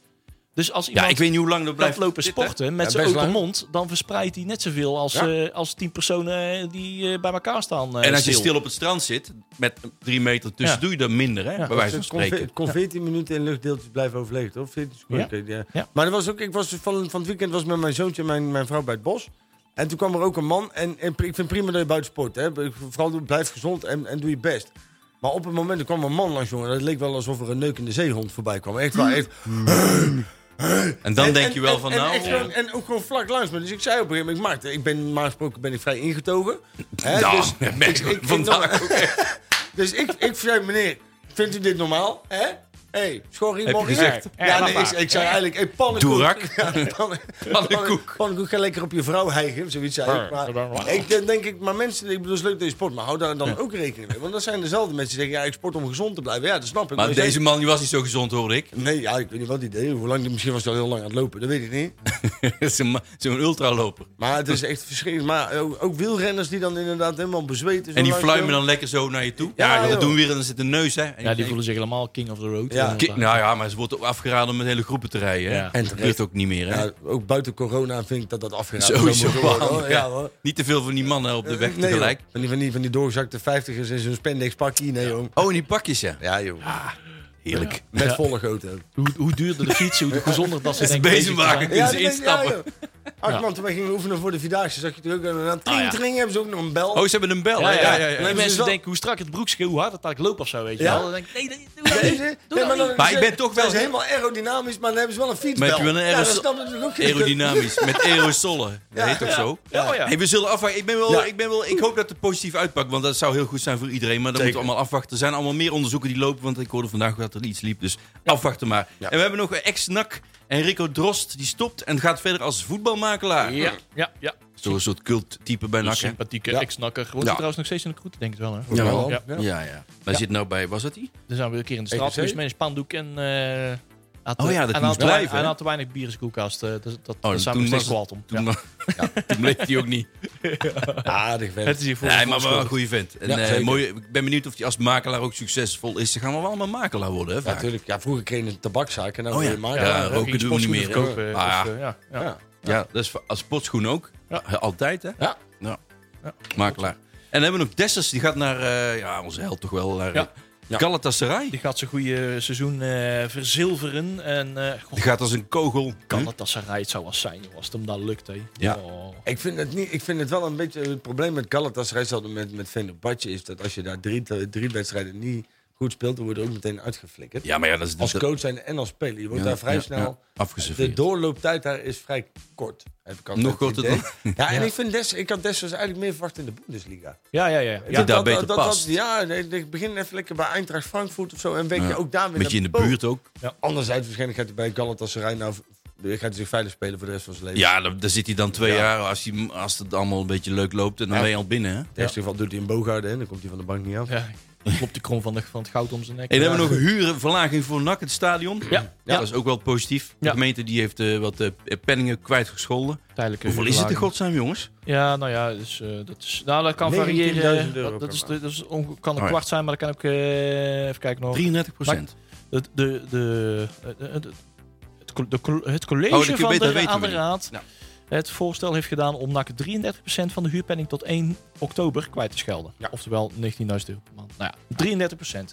Speaker 5: Dus als iemand
Speaker 3: Ja, ik weet niet hoe lang dat
Speaker 5: blijft
Speaker 3: blijft
Speaker 5: lopen
Speaker 3: zitten.
Speaker 5: sporten met
Speaker 4: Ja,
Speaker 5: zijn
Speaker 4: best
Speaker 5: open
Speaker 4: lang.
Speaker 5: mond, dan verspreidt hij net zoveel als,
Speaker 4: Ja.
Speaker 5: eh, als tien personen eh, die eh, bij elkaar staan. eh,
Speaker 3: En als je stil op het strand zit, met drie meter tussen,
Speaker 5: Ja.
Speaker 3: doe je dat minder, hè? bij wijze van
Speaker 4: Het kon, ve-
Speaker 3: spreken.
Speaker 4: het kon 14 minuten in luchtdeeltjes blijven overleefd, hoor. 14 seconden.
Speaker 5: Ja.
Speaker 4: oké, ja.
Speaker 5: Ja.
Speaker 4: Maar er was ook, ik was dus van, van het weekend was ik met mijn zoontje en mijn, mijn vrouw bij het bos. En toen kwam er ook een man. En, en pri- ik vind prima dat je buiten sport. Hè. Vooral doe- blijf gezond en, en doe je best. Maar op het moment, er kwam een man langs, jongen. Het leek wel alsof er een neukende zeehond voorbij kwam. Echt waar. Echt.
Speaker 3: En dan
Speaker 4: En-
Speaker 3: denk
Speaker 4: en-
Speaker 3: je wel
Speaker 4: en-
Speaker 3: van,
Speaker 4: en
Speaker 3: nou...
Speaker 4: echt gewoon- en ook gewoon vlak langs me. Dus ik zei op een gegeven moment, Maarten, ik ben, normaal gesproken ben ik vrij ingetogen. Hè,
Speaker 3: Ja,
Speaker 4: dus
Speaker 3: dat merk ik
Speaker 4: ik- nou, ik-
Speaker 3: vandaag ook echt.
Speaker 4: Dus ik, ik zei, meneer, vindt u dit normaal? Hè? hey, schorrie,
Speaker 3: Heb je
Speaker 4: morrie.
Speaker 3: gezegd?
Speaker 4: Ja, nee, ik, ik zei eigenlijk, hey, pannenkoek.
Speaker 3: Doerak.
Speaker 4: Ja, pannen-
Speaker 3: Pannenkoek.
Speaker 4: Pannenkoek, ga lekker op je vrouw hijgen, zoiets zei ik. Maar ik denk- denk ik, maar mensen, ik bedoel, het is leuk dat je sport, maar hou daar dan ook rekening mee. Want dat zijn dezelfde mensen die zeggen, ja, ik sport om gezond te blijven. Ja, dat snap ik.
Speaker 3: Maar
Speaker 4: je
Speaker 3: deze
Speaker 4: zegt-
Speaker 3: man die was niet zo gezond, hoorde ik.
Speaker 4: Nee, ja, ik weet niet wat die deed. Hoe lang, misschien was hij al heel lang aan het lopen, dat weet ik niet.
Speaker 3: Zo'n ma- zo'n ultraloper.
Speaker 4: Maar het is echt verschrikkelijk. Maar ook, ook wielrenners die dan inderdaad helemaal bezweet is.
Speaker 3: En die fluimen dan lekker zo naar je toe.
Speaker 4: Ja,
Speaker 3: Ja,
Speaker 4: joh.
Speaker 3: dat doen we weer en dan zit de neus, hè. En
Speaker 5: Ja,
Speaker 3: je
Speaker 5: die
Speaker 3: denkt,
Speaker 5: voelen zich helemaal king of the road.
Speaker 4: Ja.
Speaker 5: Eh,
Speaker 3: ki- Nou ja, maar ze wordt ook afgeraden om met hele groepen te rijden. hè.
Speaker 5: Ja. En
Speaker 3: Dat
Speaker 4: terecht.
Speaker 3: gebeurt ook niet meer, hè.
Speaker 4: Ja, ook buiten corona vind ik dat dat afgeraden zou
Speaker 3: Sowieso
Speaker 4: moeten worden, hoor.
Speaker 3: handig,
Speaker 4: Ja,
Speaker 3: ja.
Speaker 4: hoor.
Speaker 3: Niet te veel van die mannen op de weg
Speaker 4: Nee,
Speaker 3: tegelijk.
Speaker 4: joh. Van die, van die, van die doorgezakte vijftigers in zo'n spandex pakje. Nee, joh.
Speaker 3: Oh, en die pakjes, ja.
Speaker 4: Ja, joh.
Speaker 3: Heerlijk.
Speaker 4: Met volle goten.
Speaker 5: Hoe, hoe duurder de fiets, hoe gezonder dat ze
Speaker 3: Is een
Speaker 5: denken bezig te
Speaker 3: bezemwagen.
Speaker 5: zijn.
Speaker 3: Kunnen
Speaker 4: Ja,
Speaker 3: ze
Speaker 4: dat denk ik, ja,
Speaker 3: instappen?
Speaker 4: joh. Als
Speaker 5: Ja.
Speaker 4: man toen wij gingen oefenen voor de Vierdaagse, zag je natuurlijk ook aan
Speaker 5: Ah,
Speaker 4: tring
Speaker 5: ja.
Speaker 4: tring hebben ze ook nog een bel.
Speaker 3: Oh, ze hebben een bel.
Speaker 5: Ja,
Speaker 3: hè?
Speaker 5: ja,
Speaker 3: ja, ja, ja.
Speaker 5: Nee,
Speaker 4: Maar
Speaker 5: mensen
Speaker 4: wel-
Speaker 5: denken hoe strak het broekje, hoe hard het eigenlijk loopt of zo, weet je
Speaker 4: Ja.
Speaker 5: wel. Dan denk ik, nee, nee, doe dat
Speaker 4: Nee,
Speaker 5: niet.
Speaker 4: ze-
Speaker 5: Doe
Speaker 4: nee,
Speaker 5: dat
Speaker 4: maar, dan-
Speaker 5: niet.
Speaker 3: Maar ik
Speaker 4: ze-
Speaker 3: ben toch wel-
Speaker 4: Ze zijn helemaal aerodynamisch, maar dan hebben ze wel een fietsbel.
Speaker 3: Met je wel een
Speaker 4: Ja,
Speaker 3: aeros-
Speaker 4: dan snapt natuurlijk ook geen kut.
Speaker 3: Aerodynamisch, met aerosolen. Dat heet ook zo.
Speaker 5: Ja, oh ja.
Speaker 3: Hey, we zullen afwachten. Ik, ben wel,
Speaker 4: Ja.
Speaker 3: ik, ben wel, ik hoop dat het positief uitpakt, want dat zou heel goed zijn voor iedereen. Maar dat moeten we allemaal afwachten. Er zijn allemaal meer onderzoeken die lopen, want ik hoorde vandaag dat er iets liep. Dus afwachten maar. En we hebben nog ex-NAC Enrico Drost, die stopt en gaat verder als voetbalmakelaar.
Speaker 5: Ja, ja, ja.
Speaker 3: Zo'n soort culttype bij
Speaker 5: Een
Speaker 3: NAC. hè?
Speaker 5: sympathieke
Speaker 4: Ja.
Speaker 5: ex-nakker. Wordt hij trouwens nog steeds in de kroet? Ik Denk het wel, hè?
Speaker 3: Jawel.
Speaker 5: Ja.
Speaker 3: Ja, ja. Daar zit nou bij, was dat die?
Speaker 5: Dan zijn we een keer in de straat
Speaker 4: EVC?
Speaker 5: geweest met een spandoek en... eh had,
Speaker 3: Oh ja,
Speaker 5: en
Speaker 3: dat moest
Speaker 5: had te
Speaker 3: blijven,
Speaker 5: weinig-
Speaker 3: hè?
Speaker 5: En had te weinig bier in zijn koelkast. eh, dus dat
Speaker 3: Oh,
Speaker 5: daar zijn we
Speaker 3: toen
Speaker 5: nog steeds
Speaker 3: was het-
Speaker 5: kwaad om.
Speaker 3: Toen, ja, toen bleef die ook niet.
Speaker 4: Aardig vent.
Speaker 5: Het is hier voor
Speaker 3: Nee, maar wel een goede vent. En,
Speaker 4: Ja,
Speaker 3: eh,
Speaker 4: zeker.
Speaker 3: mooie, ik ben benieuwd of die als makelaar ook succesvol is. Ze gaan wel allemaal makelaar worden, hè?
Speaker 4: Ja,
Speaker 3: Vaak.
Speaker 4: natuurlijk. Ja, vroeger kreeg je een tabakzaak en nou
Speaker 3: Oh,
Speaker 4: wil
Speaker 3: ja.
Speaker 4: je maken.
Speaker 3: Ja,
Speaker 4: Ja,
Speaker 3: roken doen we niet meer, hè?
Speaker 5: Kopen,
Speaker 3: Ah,
Speaker 5: ja. ja, ja.
Speaker 4: Ja.
Speaker 3: Ja, dat is voor- als sportschoen ook.
Speaker 5: Ja.
Speaker 3: Ja, Altijd, hè?
Speaker 4: Ja.
Speaker 3: ja. Makelaar. En dan hebben we nog Dessers, die gaat naar, eh, ja, onze held toch wel, naar
Speaker 5: Ja.
Speaker 3: ja. Galatasaray.
Speaker 5: Die gaat zijn goede seizoen eh, verzilveren. En eh god,
Speaker 3: Die gaat als een kogel. Hm?
Speaker 5: kan dat als ze rijdt zou als zijn, joh, als het hem dan lukt. Hè.
Speaker 3: Ja.
Speaker 5: Oh.
Speaker 4: Ik vind, het niet, ik vind het wel een beetje het probleem met Galatasaray, zelfs met, met Fenerbahce, is dat als je daar drie, drie wedstrijden niet goed speelt, dan word je ook meteen uitgeflikkerd.
Speaker 3: Ja, maar ja, dat is...
Speaker 4: Als
Speaker 3: dat-
Speaker 4: coach zijn en als speler. Je wordt
Speaker 3: ja,
Speaker 4: daar vrij
Speaker 3: ja,
Speaker 4: snel...
Speaker 3: Ja,
Speaker 4: De
Speaker 3: afgeserveerd.
Speaker 4: doorlooptijd daar is vrij kort. Heb ik altijd
Speaker 3: Nog
Speaker 4: het
Speaker 3: korter
Speaker 4: idee.
Speaker 3: dan-
Speaker 4: Ja, en ik vind Des, ik had Dessers eigenlijk meer verwacht in de Bundesliga.
Speaker 5: Ja, ja, ja.
Speaker 3: daar beter past.
Speaker 4: ja, nee, ik begin even lekker bij Eintracht Frankfurt of zo en weet
Speaker 3: Ja.
Speaker 4: je ook daar weer
Speaker 3: Beetje in de
Speaker 4: naar boven.
Speaker 3: buurt ook.
Speaker 4: Anderzijds waarschijnlijk gaat hij bij Galatasaray nou gaat hij zich veilig spelen voor de rest van zijn leven.
Speaker 3: Ja, dan, dan zit hij dan twee jaar. Als, hij, als het allemaal een beetje leuk loopt, dan ben je al binnen, hè?
Speaker 4: In het eerste geval doet hij een Bogarde en dan komt hij van de bank niet af.
Speaker 5: Ja, klopt de krom van, de, van het goud om zijn nek.
Speaker 3: En dan
Speaker 5: Ja.
Speaker 3: hebben we nog hurenverlaging voor NAC, het stadion.
Speaker 5: Ja. Ja.
Speaker 3: Dat is ook wel positief. De
Speaker 5: Ja.
Speaker 3: gemeente die heeft eh, wat eh, penningen kwijtgescholden.
Speaker 5: tijdelijke
Speaker 3: Hoeveel is het in
Speaker 5: huurlagen.
Speaker 3: godsnaam, jongens?
Speaker 5: Ja, nou ja, dus, eh, dat, is, nou, dat kan variëren.
Speaker 4: 19.000 euro
Speaker 5: Dat,
Speaker 4: per
Speaker 5: dat, is,
Speaker 4: maand.
Speaker 5: dat is onge- kan een
Speaker 3: Oh ja.
Speaker 5: kwart zijn, maar dat kan ook... eh, even kijken nog.
Speaker 3: 33 procent.
Speaker 5: De, de, de, eh, eh, de- het, co- de co- het college
Speaker 3: Oh, dat kun je
Speaker 5: van
Speaker 3: beter
Speaker 5: de,
Speaker 3: weten,
Speaker 5: aan de
Speaker 3: meneer.
Speaker 5: raad
Speaker 3: Nou.
Speaker 5: het voorstel heeft gedaan om NAC 33% van de huurpenning tot 1 oktober kwijt te schelden.
Speaker 4: Ja.
Speaker 5: Oftewel 19.000 euro per maand. Nou ja,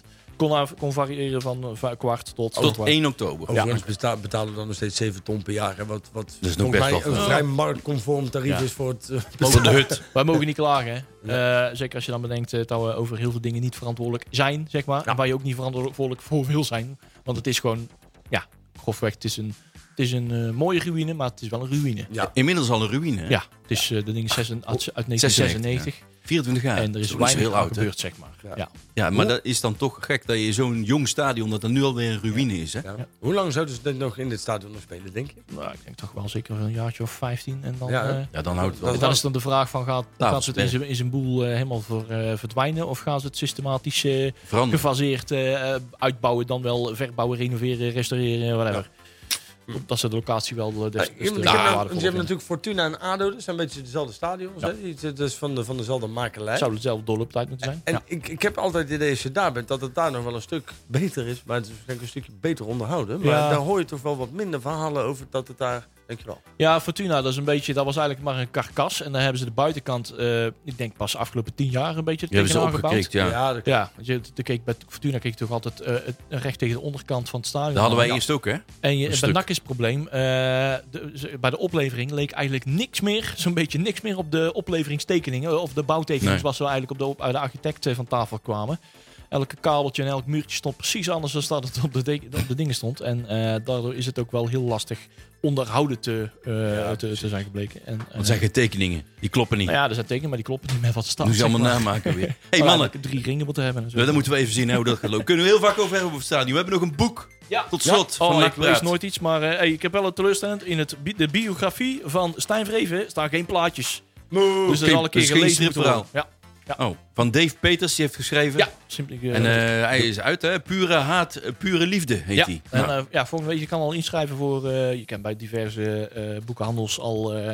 Speaker 5: 33%. Kon, af- kon variëren van eh, va- kwart tot...
Speaker 3: Tot 1 oktober.
Speaker 4: Overigens besta- betalen we dan nog steeds 7 ton per jaar. Hè? Wat, wat
Speaker 3: is nog
Speaker 4: volgens
Speaker 3: best
Speaker 4: mij
Speaker 3: wel
Speaker 4: een
Speaker 3: veel.
Speaker 4: vrij marktconform
Speaker 5: Ja.
Speaker 4: tarief is voor het... eh,
Speaker 3: Over de hut.
Speaker 5: Wij mogen niet klagen, hè. Eh, zeker als je dan bedenkt eh, dat we over heel veel dingen niet verantwoordelijk zijn, zeg maar. En waar je ook niet verantwoordelijk voor wil zijn. Want het is gewoon, ja, grofweg, het is een, het is een eh, mooie ruïne, maar het is wel een ruïne.
Speaker 4: Ja.
Speaker 3: Inmiddels al een ruïne. hè?
Speaker 5: Ja, het is eh, de ding is zes- uit, uit 1996.
Speaker 3: 24 jaar.
Speaker 5: En er
Speaker 3: Dat
Speaker 5: is
Speaker 3: niet
Speaker 5: weinig
Speaker 3: zo heel
Speaker 5: aan
Speaker 3: oud. hè?
Speaker 5: gebeurd, zeg maar. Ja.
Speaker 4: Ja.
Speaker 3: Ja, maar dat is dan toch gek dat je zo'n jong stadion, dat er nu alweer een ruïne is. Hè?
Speaker 4: Ja. Hoe lang zouden ze dit nog in dit stadion nog spelen, denk je?
Speaker 5: Nou, ik denk toch wel zeker een jaartje of 15. En dan,
Speaker 4: Ja, hè?
Speaker 5: eh,
Speaker 3: Ja, dan houdt het wel.
Speaker 4: Dat
Speaker 5: dan is dan de vraag van, gaat,
Speaker 3: Nou,
Speaker 5: gaat ze het in zijn, in zijn boel eh, helemaal voor, eh, verdwijnen? Of gaan ze het systematisch eh,
Speaker 3: veranderd.
Speaker 5: gefaseerd eh, uitbouwen, dan wel verbouwen, renoveren, restaureren, whatever. Hm. Dat ze de locatie wel... eh, des-
Speaker 4: Je
Speaker 5: des
Speaker 3: nou,
Speaker 5: te
Speaker 4: hebt
Speaker 5: waardevoller vinden.
Speaker 4: natuurlijk Fortuna en ADO. Dat zijn een beetje dezelfde stadions. hè? Die- Dat is van, de, van dezelfde makelij.
Speaker 5: Het zou dezelfde doorlooptijd moeten zijn.
Speaker 4: En
Speaker 5: Ja.
Speaker 4: ik, ik heb altijd het idee, als je daar bent, dat het daar nog wel een stuk beter is. Maar het is waarschijnlijk een stukje beter onderhouden. Maar
Speaker 5: Ja.
Speaker 4: daar hoor je toch wel wat minder verhalen over dat het daar... Dankjewel.
Speaker 5: Ja, Fortuna, dat, is een beetje, dat was eigenlijk maar een karkas. En daar hebben ze de buitenkant, eh, ik denk pas de afgelopen tien jaar, een beetje
Speaker 3: Die hebben ze
Speaker 5: tegenaan gebouwd.
Speaker 3: opgekrikt, ja.
Speaker 4: dat
Speaker 5: Ja, want je, de keek, bij Fortuna keek je toch altijd eh, het- recht tegen de onderkant van het stadion.
Speaker 3: Dat hadden wij
Speaker 5: Ja.
Speaker 3: eerst ook, hè?
Speaker 5: En je, bij
Speaker 3: stuk.
Speaker 5: NAC is het probleem, eh, de- ze- bij de oplevering leek eigenlijk niks meer, zo'n beetje niks meer op de opleveringstekeningen. Of de bouwtekeningen
Speaker 3: Nee.
Speaker 5: zoals ze eigenlijk op de, op, uit de architect eh, van tafel kwamen. Elke kabeltje en elk muurtje stond precies anders dan dat het op de, dek- op de dingen stond. En eh, daardoor is het ook wel heel lastig onderhouden te, eh, te, te zijn gebleken. En, eh,
Speaker 3: Want zijn geen tekeningen. Die kloppen niet.
Speaker 5: nou ja, er zijn tekenen, maar die kloppen niet meer wat staat.
Speaker 3: Doen ze
Speaker 5: zeg
Speaker 3: allemaal
Speaker 5: maar.
Speaker 3: namaken weer. hey,
Speaker 5: Maar
Speaker 3: mannen.
Speaker 5: eigenlijk Drie ringen moeten hebben. en zo.
Speaker 3: Dan moeten we even zien hè, hoe dat gaat lopen. Kunnen we heel vaak over hebben op het stadion. We hebben nog een boek
Speaker 5: Ja.
Speaker 3: Tot slot van
Speaker 5: Oh, ik
Speaker 3: Nakpraat.
Speaker 5: lees nooit iets, maar eh, hey, ik heb wel een teleurstellend. In het, bi- de biografie van Stijn Vreven staan geen plaatjes. Dus dat
Speaker 3: Geen-
Speaker 5: is al een keer
Speaker 3: dus
Speaker 5: gelezen
Speaker 3: geen
Speaker 5: moeten
Speaker 3: stripverhaal.
Speaker 5: worden. Ja,
Speaker 3: Oh, van Dave Peters, die heeft geschreven.
Speaker 5: ja. Simpel, eh,
Speaker 3: En eh, hij is uit, hè? Pure haat, eh, pure liefde heet
Speaker 5: ja.
Speaker 3: hij.
Speaker 5: En,
Speaker 3: Nou,
Speaker 5: eh, ja, volgende week je kan al inschrijven voor. eh, je kan bij diverse eh, boekenhandels al, eh,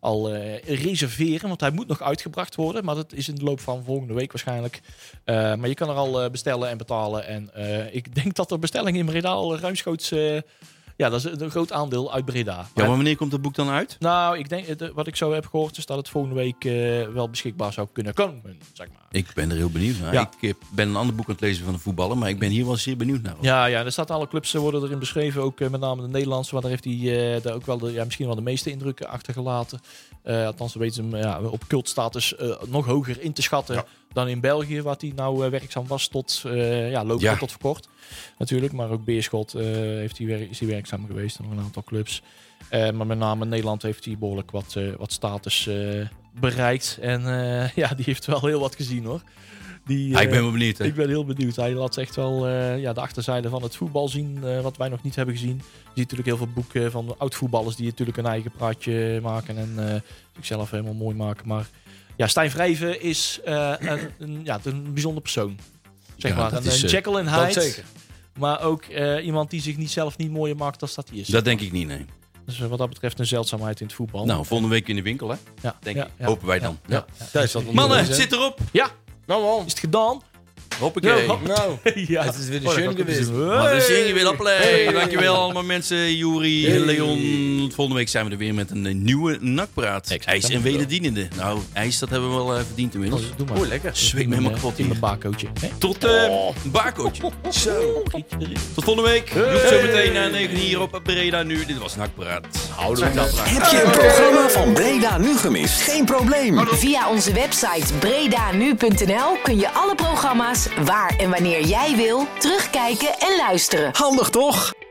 Speaker 5: al eh, reserveren. Want hij moet nog uitgebracht worden. Maar dat is in de loop van volgende week waarschijnlijk. Eh, maar je kan er al eh, bestellen en betalen. En eh, ik denk dat er bestellingen in Breda al ruimschoots. eh, ja, dat is een groot aandeel uit Breda.
Speaker 3: ja, maar wanneer komt dat boek dan uit?
Speaker 5: Nou, ik denk, het- wat ik zo heb gehoord, is dat het volgende week eh, wel beschikbaar zou kunnen komen, zeg maar.
Speaker 3: Ik ben er heel benieuwd naar.
Speaker 5: Ja.
Speaker 3: Ik eh, ben een ander boek aan het lezen van de voetballer, maar ik ben hier wel zeer benieuwd naar.
Speaker 5: Ja, ja, er staat alle clubs eh, worden erin beschreven, ook eh, met name de Nederlandse, maar daar heeft hij eh, daar ook wel de, ja, misschien wel de meeste indrukken achtergelaten. Eh althans, we weten hem ja, op cultstatus eh, nog hoger in te schatten dan in België, waar hij nou eh, werkzaam was tot, eh ja, lokaal
Speaker 3: Ja.
Speaker 5: tot voor kort natuurlijk. Maar ook Beerschot eh, heeft hij wer- is hij werkzaam geweest en nog een aantal clubs. Eh, maar met name in Nederland heeft hij behoorlijk wat, eh, wat status eh, bereikt. En eh, ja, die heeft wel heel wat gezien hoor. Die,
Speaker 3: Ah, ik
Speaker 5: eh,
Speaker 3: ben wel benieuwd. Hè?
Speaker 5: ik ben heel benieuwd. Hij laat echt wel eh, ja, de achterzijde van het voetbal zien, eh, wat wij nog niet hebben gezien. Je ziet natuurlijk heel veel boeken van oud-voetballers die natuurlijk een eigen praatje maken en eh, zichzelf helemaal mooi maken. Maar ja, Stijn Vrijven is eh, een, een- ja, een bijzonder persoon. Zeg
Speaker 3: Ja,
Speaker 5: maar,
Speaker 3: dat
Speaker 5: een,
Speaker 3: is,
Speaker 5: een
Speaker 3: eh,
Speaker 5: Jekyll en
Speaker 4: dat
Speaker 5: Hyde.
Speaker 4: zeker.
Speaker 5: Maar ook eh, iemand die zich niet zelf niet mooier maakt dan dat hij is.
Speaker 3: Dat denk ik niet, nee.
Speaker 5: Dus eh, wat dat betreft een zeldzaamheid in het voetbal.
Speaker 3: Nou, volgende week in de winkel, hè?
Speaker 5: ja,
Speaker 3: Denk
Speaker 5: ja,
Speaker 3: ik.
Speaker 5: ja,
Speaker 3: Hopen wij
Speaker 5: ja,
Speaker 3: dan. Ja.
Speaker 5: Ja, ja.
Speaker 4: Daar is dat nog
Speaker 3: Mannen,
Speaker 4: niet
Speaker 3: het
Speaker 4: eens,
Speaker 3: zit erop.
Speaker 4: Nou, man.
Speaker 5: Is het gedaan?
Speaker 3: Hoppakee.
Speaker 5: Ja, hop.
Speaker 4: Nou,
Speaker 5: ja.
Speaker 4: het is weer de
Speaker 5: Oh, dat
Speaker 4: schön
Speaker 5: kan ik ook
Speaker 4: geweest.
Speaker 5: zien.
Speaker 3: Maar dan
Speaker 5: Hey!
Speaker 3: zing je weer appelen. Dankjewel allemaal mensen. Juri,
Speaker 4: Hey.
Speaker 3: Leon. Volgende week zijn we er weer met een eh, nieuwe nakpraat. IJs en wederdienende. Nou, ijs, dat hebben we wel eh, verdiend
Speaker 5: Oh,
Speaker 3: inmiddels.
Speaker 5: doe maar.
Speaker 4: Oeh, lekker.
Speaker 3: Zweet me
Speaker 5: In
Speaker 3: helemaal
Speaker 5: een,
Speaker 3: kapot
Speaker 5: In
Speaker 3: hier.
Speaker 5: een baarcootje. hè?
Speaker 3: Tot eh baarcootje. Zo.
Speaker 5: Gietje erin.
Speaker 3: Tot volgende week. Joep zo meteen na 9 hier op Breda nu. Dit was Nakpraat. Houden we nakpraat.
Speaker 2: Heb je een programma van Breda nu gemist? Geen probleem.
Speaker 8: Via onze website bredanu.nl kun je alle programma's waar en wanneer jij wil terugkijken en luisteren.
Speaker 2: Handig toch?